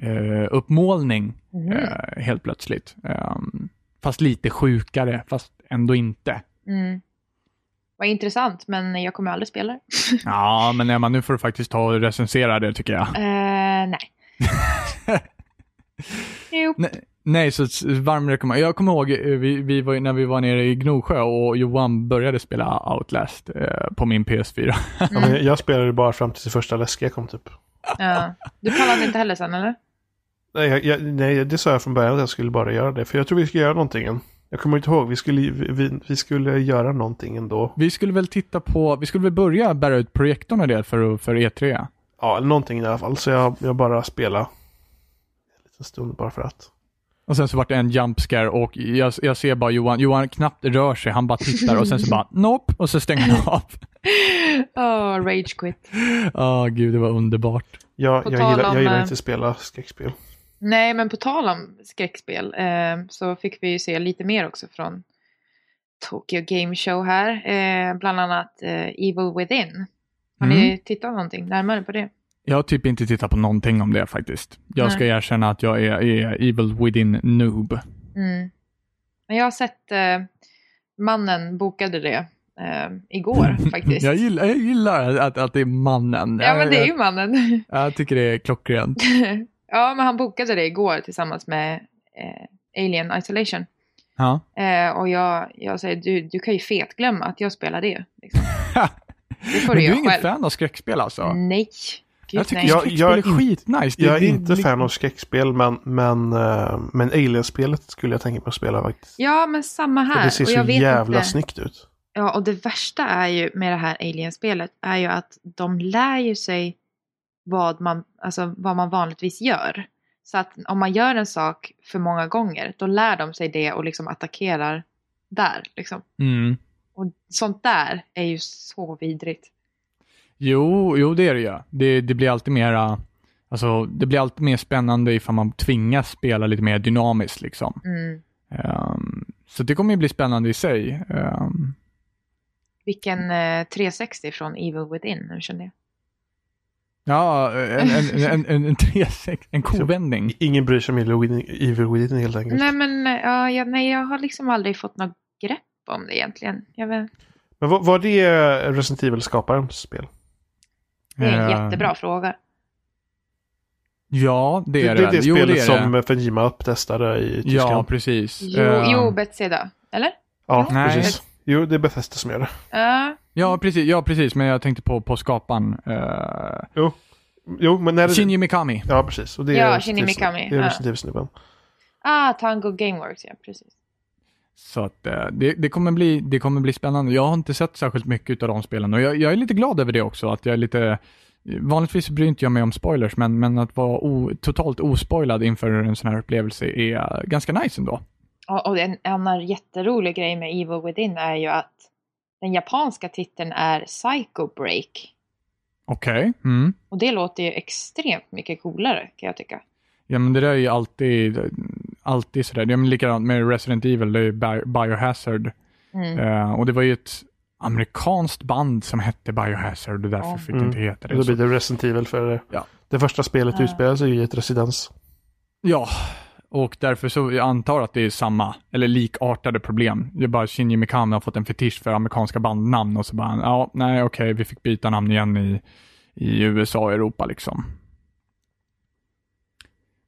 Speaker 2: eh, uppmålning
Speaker 3: Mhm.
Speaker 2: eh, helt plötsligt. Ehm, fast lite sjukare, fast ändå inte.
Speaker 3: Mm. Vad intressant, men jag kommer aldrig spela det.
Speaker 2: Ja, men Emma, nu får du faktiskt ta och recensera det tycker jag.
Speaker 3: Eh, nej. jo.
Speaker 2: Nej, nej så s- varm rekommendation. Jag kommer ihåg eh, vi, vi var, ju- när vi var nere i Gnosjö och Johan började spela Outlast eh, på min PS4.
Speaker 1: Ja,
Speaker 3: Mm.
Speaker 1: men jag spelade bara fram till det första läskiga kom typ.
Speaker 3: Ja. Du pallade inte heller sen eller?
Speaker 1: Nej, jag, jag, nej, det sa jag från början att jag skulle bara göra det. För jag tror vi skulle göra någonting än. Jag kommer inte ihåg. Vi skulle, vi- vi, vi skulle göra någonting ändå.
Speaker 2: Vi skulle väl titta på, vi skulle väl börja bära ut projektorn och det för, för E E3.
Speaker 1: Ja, eller någonting i alla fall. Så jag, jag bara spelade. En liten stund bara för att.
Speaker 2: Och sen så vart det en jump scare och jag, jag ser bara Johan, Johan knappt rör sig, han bara tittar och sen så bara nope och så stänger han av.
Speaker 3: Åh, rage quit.
Speaker 2: Åh gud, det var underbart.
Speaker 1: Jag,
Speaker 3: På
Speaker 1: jag,
Speaker 3: tal
Speaker 1: gillar,
Speaker 3: om,
Speaker 1: jag gillar
Speaker 3: eh,
Speaker 1: inte att spela skräckspel.
Speaker 3: Nej, men på tal om skräckspel eh, så fick vi ju se lite mer också från Tokyo Game Show här. Eh, bland annat eh, Evil Within. Har ni tittat någonting närmare på det?
Speaker 2: Jag har typ inte tittat på någonting om det faktiskt. Jag ska erkänna att jag är, är evil within noob.
Speaker 3: Mm. Men jag har sett eh, mannen bokade det eh, igår faktiskt.
Speaker 2: Jag gillar, jag gillar att, att det är mannen.
Speaker 3: Ja, men det är ju
Speaker 2: jag,
Speaker 3: mannen.
Speaker 2: jag tycker det är klockrent.
Speaker 3: ja, men han bokade det igår tillsammans med eh, Alien Isolation.
Speaker 2: Ja.
Speaker 3: Eh, och jag, jag säger, du, du kan ju fetglömma att jag spelar det. Liksom. Det får
Speaker 2: men
Speaker 3: du
Speaker 2: du är
Speaker 3: göra
Speaker 2: inget
Speaker 3: själv.
Speaker 2: fan av skräckspel alltså?
Speaker 3: Nej. Gud,
Speaker 2: Jag tycker
Speaker 3: nej.
Speaker 1: Jag-
Speaker 2: skräckspel
Speaker 1: jag är
Speaker 2: är
Speaker 1: inte-
Speaker 2: skitnice. Det-
Speaker 1: Jag är
Speaker 2: det-
Speaker 1: inte
Speaker 2: det-
Speaker 1: fan av skräckspel, men, men, eh, men Alien-spelet skulle jag tänka mig att spela faktiskt.
Speaker 3: Ja, men samma
Speaker 1: För
Speaker 3: här.
Speaker 1: det ser
Speaker 3: och
Speaker 1: så
Speaker 3: jag vet
Speaker 1: jävla
Speaker 3: inte.
Speaker 1: snyggt ut.
Speaker 3: Ja, och det värsta är ju med det här Alien-spelet är ju att de lär ju sig vad man, alltså, vad man vanligtvis gör. Så att om man gör en sak för många gånger, då lär de sig det och liksom attackerar där. Liksom.
Speaker 2: Mm.
Speaker 3: Och sånt där är ju så vidrigt.
Speaker 2: Jo, jo det är det ju. Det, det blir alltid mera, alltså det blir alltid mer spännande ifall man tvingas spela lite mer dynamiskt liksom.
Speaker 3: Mm.
Speaker 2: Ehm, så det kommer ju bli spännande i sig. Ehm,
Speaker 3: Vilken eh, 360 från Evil Within, nu känner jag.
Speaker 2: ja, en, en, en, en, en, 36 en
Speaker 1: Alltså,
Speaker 2: kovändning.
Speaker 1: Ingen bryr sig om Evil Within- Evil Within helt enkelt.
Speaker 3: Nej, men eh, ja, jag, nej, jag har liksom aldrig fått något grepp om det egentligen. Jag vet,
Speaker 1: Men var, var det Resident Evil-skaparens spel?
Speaker 3: det är en
Speaker 2: Ehm,
Speaker 3: jättebra fråga.
Speaker 2: Ja, det är
Speaker 1: det,
Speaker 2: det.
Speaker 1: är det
Speaker 2: Jo,
Speaker 1: spelet
Speaker 2: det är
Speaker 1: som eh,
Speaker 2: det.
Speaker 1: Fenjima testade i Tyskland.
Speaker 2: Ja, precis.
Speaker 3: Jo,
Speaker 2: Ehm,
Speaker 3: jo Betseda, eller?
Speaker 1: Ja,
Speaker 2: Nej.
Speaker 1: precis. Jo, det är Bethesda som gör det.
Speaker 3: Ja,
Speaker 2: ja, precis. Ja, precis. Men jag tänkte på, på skaparen. eh,
Speaker 1: Jo, men när det...
Speaker 2: Shinji Mikami.
Speaker 1: Ja, precis. Och det är
Speaker 3: Ja,
Speaker 1: Resident
Speaker 3: Shinji
Speaker 1: Evil-
Speaker 3: Mikami,
Speaker 1: Det är
Speaker 3: ja.
Speaker 1: Resident Evil-snubben.
Speaker 3: ah, Tango Gameworks, ja precis.
Speaker 2: Så att, eh, det, det, kommer bli, det kommer bli spännande. Jag har inte sett särskilt mycket av de spelen och jag, jag är lite glad över det också. Att jag är lite, vanligtvis bryr inte jag mig om spoilers, men, men att vara o, totalt ospoilad inför en sån här upplevelse är eh, ganska nice ändå.
Speaker 3: Och, och en annan jätterolig grej med Evil Within är ju att den japanska titeln är Psycho Break.
Speaker 2: Okej. Mm.
Speaker 3: Och det låter ju extremt mycket coolare kan jag tycka.
Speaker 2: Ja, men det där är ju alltid, alltid sådär. Det är likadant med Resident Evil, det är ju Bi- Biohazard.
Speaker 3: Mm.
Speaker 2: Eh, och det var ju ett amerikanskt band som hette Biohazard och därför
Speaker 3: Ja.
Speaker 2: fick det
Speaker 1: Mm.
Speaker 2: inte heta
Speaker 1: Och då
Speaker 2: det.
Speaker 1: blir
Speaker 2: Så,
Speaker 1: det Resident Evil för det.
Speaker 2: Ja.
Speaker 1: Det första spelet
Speaker 3: Ja.
Speaker 1: utspelar sig ju i ett residens.
Speaker 2: ja, och därför så jag antar att det är samma, eller likartade problem. Det är bara Shinji Mikami har fått en fetisch för amerikanska bandnamn och så bara, ja, nej okej, vi fick byta namn igen i, i USA och Europa liksom.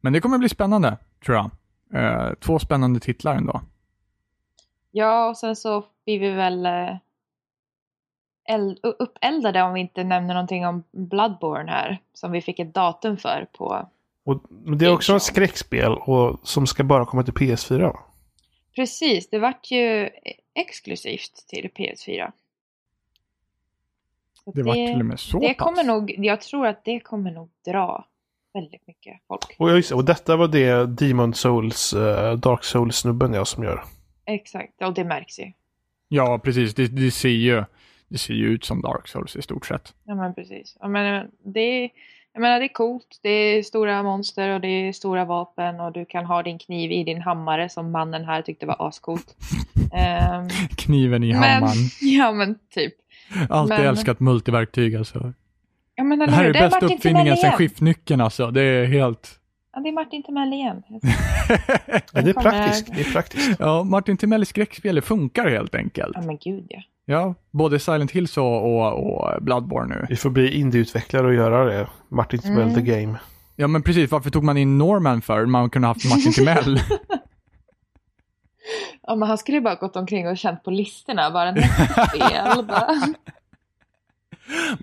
Speaker 2: Men det kommer bli spännande, tror jag. Eh, två spännande titlar ändå.
Speaker 3: Ja, och sen så blir vi väl eh, eld- u- uppeldade om vi inte nämner någonting om Bloodborne här. Som vi fick ett datum för på...
Speaker 1: Och men det är också en skräckspel och, som ska bara komma till PS4. va?
Speaker 3: Precis, det vart ju exklusivt till PS4. Så
Speaker 2: Det, var till och med så
Speaker 3: det
Speaker 2: pass.
Speaker 3: kommer nog, jag tror att det kommer nog dra väldigt mycket folk.
Speaker 1: Och, ja, just, det. och detta var det Demon Souls, eh, Dark Souls-snubben jag som gör.
Speaker 3: Exakt, och det märks ju.
Speaker 2: Ja, precis. Det, det, ser ju, det ser ju ut som Dark Souls i stort sett.
Speaker 3: Ja men precis. Jag menar, det, är- jag menar det är coolt, det är stora monster och det är stora vapen och du kan ha din kniv i din hammare som mannen här tyckte var ascoolt. Ehm,
Speaker 2: Kniven i
Speaker 3: men,
Speaker 2: hammaren.
Speaker 3: ja men typ.
Speaker 2: Alltid
Speaker 3: men-
Speaker 2: älskat multiverktyg alltså.
Speaker 3: Ja, men,
Speaker 2: Det
Speaker 3: eller
Speaker 2: här
Speaker 3: hur?
Speaker 2: är
Speaker 3: Det
Speaker 2: bästa
Speaker 3: Martin
Speaker 2: uppfinningen
Speaker 3: Timell
Speaker 2: sen
Speaker 3: igen.
Speaker 2: skiftnyckeln alltså. Det är helt...
Speaker 3: Ja, det är Martin Timell igen.
Speaker 1: Ja, det är
Speaker 3: kommer-
Speaker 1: praktiskt. Det är praktiskt.
Speaker 2: ja, Martin Timells skräckspel det funkar helt enkelt.
Speaker 3: Ja men gud ja.
Speaker 2: Ja, både Silent Hills och, och, och Bloodborne nu.
Speaker 1: Vi får bli indieutvecklare och göra det. Martin Timell
Speaker 3: Mm.
Speaker 1: the Game.
Speaker 2: Ja, men precis. Varför tog man in Norman för? Man kunde haft Martin Timell.
Speaker 3: ja men han skulle ju bara gått omkring och känt på listorna, bara nästa bara.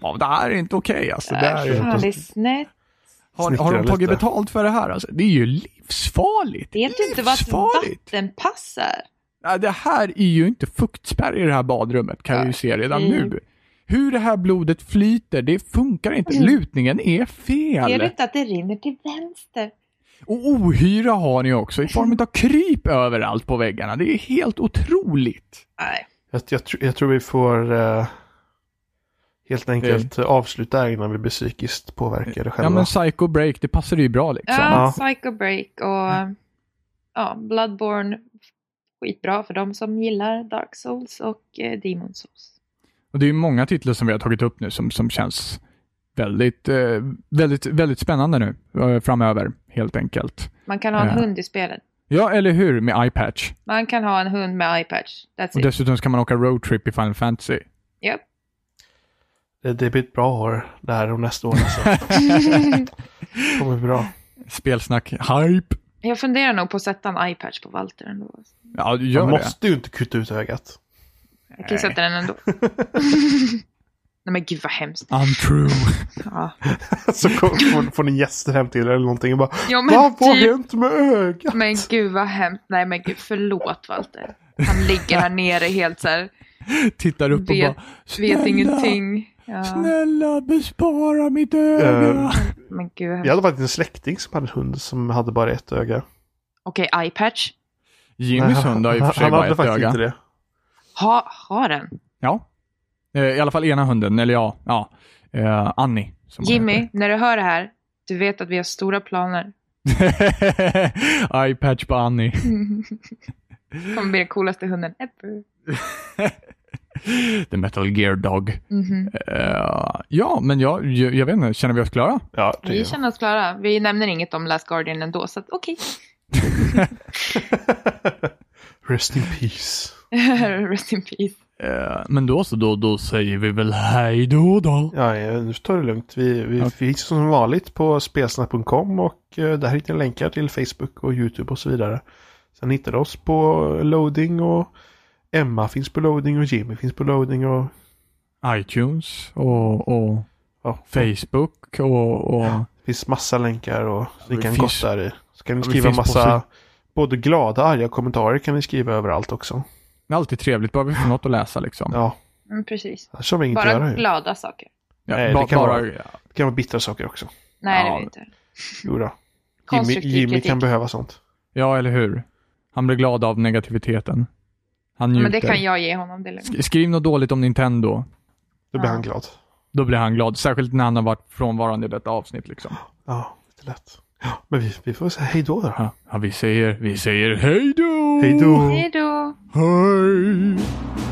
Speaker 2: ja, det här är inte okej alltså. Det här
Speaker 1: Nej,
Speaker 2: är...
Speaker 1: inte-
Speaker 3: Fan det är snett.
Speaker 2: har, har de
Speaker 1: Snickra
Speaker 2: tagit
Speaker 1: lite.
Speaker 2: betalt för det här alltså? Det är ju livsfarligt.
Speaker 3: Vet du inte vad ett vattenpass är?
Speaker 2: Ja, det här är ju inte fuktspärr i det här badrummet kan vi ju se redan
Speaker 3: Mm.
Speaker 2: nu. Hur det här blodet flyter, det funkar inte.
Speaker 3: Mm.
Speaker 2: Lutningen är
Speaker 3: Ser du
Speaker 2: fel.
Speaker 3: inte att det rinner till vänster?
Speaker 2: Och ohyra har ni också i
Speaker 3: Mm.
Speaker 2: form av kryp överallt på väggarna. Det är helt otroligt.
Speaker 3: Nej.
Speaker 1: Jag, jag, tr- jag tror vi får eh, helt enkelt avsluta här innan vi blir psykiskt påverkade
Speaker 2: Ja
Speaker 1: själva.
Speaker 2: men Psycho Break, det passar ju bra liksom.
Speaker 3: Ja,
Speaker 1: Ja.
Speaker 3: Psycho Break och ja, Bloodborne. Skitbra för de som gillar Dark Souls och eh, Demon Souls.
Speaker 2: Och det är ju många titlar som vi har tagit upp nu som, som känns väldigt, eh, väldigt, väldigt spännande nu eh, framöver helt enkelt.
Speaker 3: Man kan ha en
Speaker 2: Ja.
Speaker 3: hund i spelet.
Speaker 2: Ja, eller hur? Med iPatch.
Speaker 3: Man kan ha en hund med iPatch. That's
Speaker 2: Och
Speaker 3: it.
Speaker 2: dessutom ska man åka roadtrip i Final Fantasy.
Speaker 3: Japp.
Speaker 1: Det, det blir ett bra år det här och nästa år. Alltså. Det kommer bli bra.
Speaker 2: Spelsnack hype.
Speaker 3: Jag funderar nog på att sätta en iPatch på Walter ändå.
Speaker 2: Ja, du
Speaker 1: Man
Speaker 2: gör det.
Speaker 1: måste ju inte kutta ut ögat.
Speaker 3: Jag kan ju sätta den ändå. Nej men gud vad hemskt.
Speaker 2: Untrue.
Speaker 3: Ja,
Speaker 1: Så kom- får, får ni gäster hem till er eller någonting och bara
Speaker 3: ja men
Speaker 1: Vad har
Speaker 3: typ.
Speaker 1: hänt med ögat?
Speaker 3: Men gud vad hemskt. Nej men gud förlåt Walter. Han ligger här nere helt så här.
Speaker 2: Tittar upp
Speaker 3: Vet-
Speaker 2: och bara
Speaker 3: Vet
Speaker 2: snälla,
Speaker 3: ingenting. Ja.
Speaker 2: Snälla bespara mitt öga.
Speaker 1: Eh,
Speaker 3: Men gud.
Speaker 1: Jag hade faktiskt en släkting som hade en hund som hade bara ett öga.
Speaker 3: Okej, iPatch.
Speaker 1: Nej,
Speaker 2: Jimmys
Speaker 1: han-
Speaker 2: hund har i och för sig
Speaker 1: han
Speaker 2: bara
Speaker 1: hade
Speaker 2: ett
Speaker 1: faktiskt
Speaker 2: öga.
Speaker 1: inte det.
Speaker 3: Ha, ha den.
Speaker 2: Ja. Eh, I alla fall ena hunden, eller ja, ja. Eh, Annie. som hon
Speaker 3: Jimmy,
Speaker 2: heter.
Speaker 3: när du hör det här, du vet att vi har stora planer.
Speaker 2: Eye patch på Annie.
Speaker 3: Kommer bli den coolaste hunden ever.
Speaker 2: The Metal Gear Dog.
Speaker 3: Mhm.
Speaker 2: Eh, ja, men jag, jag, jag vet inte, känner vi oss klara?
Speaker 1: Äh, Ja, det
Speaker 3: Vi
Speaker 1: är
Speaker 3: känner oss klara. Vi nämner inget om Last Guardian ändå, så att okej.
Speaker 1: Rest in peace.
Speaker 3: Rest in peace.
Speaker 2: Eh, men då så, då, då säger vi väl hej då då.
Speaker 1: Ja, ja, nu tar det lugnt. Vi, vi
Speaker 2: Ja.
Speaker 1: finns som vanligt på spelsnack.com och eh, där hittar ni länkar till Facebook och YouTube och så vidare. Sen hittar du oss på loading och Emma finns på loading och Jimmy finns på loading och
Speaker 2: iTunes och, och
Speaker 1: ja,
Speaker 2: Facebook och, och
Speaker 1: det finns massa länkar och så ni
Speaker 2: det
Speaker 1: kan
Speaker 2: finns-
Speaker 1: gotta er i. Så kan ni
Speaker 2: Ja, det
Speaker 1: skriva
Speaker 2: finns på
Speaker 1: massa både glada och arga kommentarer kan ni skriva överallt
Speaker 2: Mm.
Speaker 1: också.
Speaker 2: det är alltid trevligt, bara vi får något att läsa liksom.
Speaker 1: Ja,
Speaker 3: Mm, precis.
Speaker 1: annars har vi inget att
Speaker 3: Bara
Speaker 1: göra ju.
Speaker 3: glada saker.
Speaker 2: Ja,
Speaker 1: Nej, det
Speaker 2: ba-
Speaker 1: kan
Speaker 2: bara,
Speaker 1: vara- Det kan vara bittra saker också.
Speaker 3: Nej, det
Speaker 2: Ja.
Speaker 3: vill vi inte.
Speaker 1: Jo då. Jimmy,
Speaker 3: Konstruktiv
Speaker 1: Jimmy
Speaker 3: kritik.
Speaker 1: kan behöva sånt.
Speaker 2: Ja, eller hur? Han blir glad av negativiteten. Han njuter.
Speaker 3: Men det kan jag ge honom. Det är lugnt.
Speaker 2: Sk- Skriv något dåligt om Nintendo.
Speaker 1: Då blir
Speaker 3: Ja.
Speaker 1: han glad.
Speaker 2: Då blir han glad. Särskilt när han har varit frånvarande i detta avsnitt. Liksom.
Speaker 1: Ja, lite lätt. Ja, Men vi, vi får säga hej då då.
Speaker 2: Ja, ja, vi säger, vi säger hej då!
Speaker 1: Hej då!
Speaker 3: Hej då!
Speaker 2: Hej!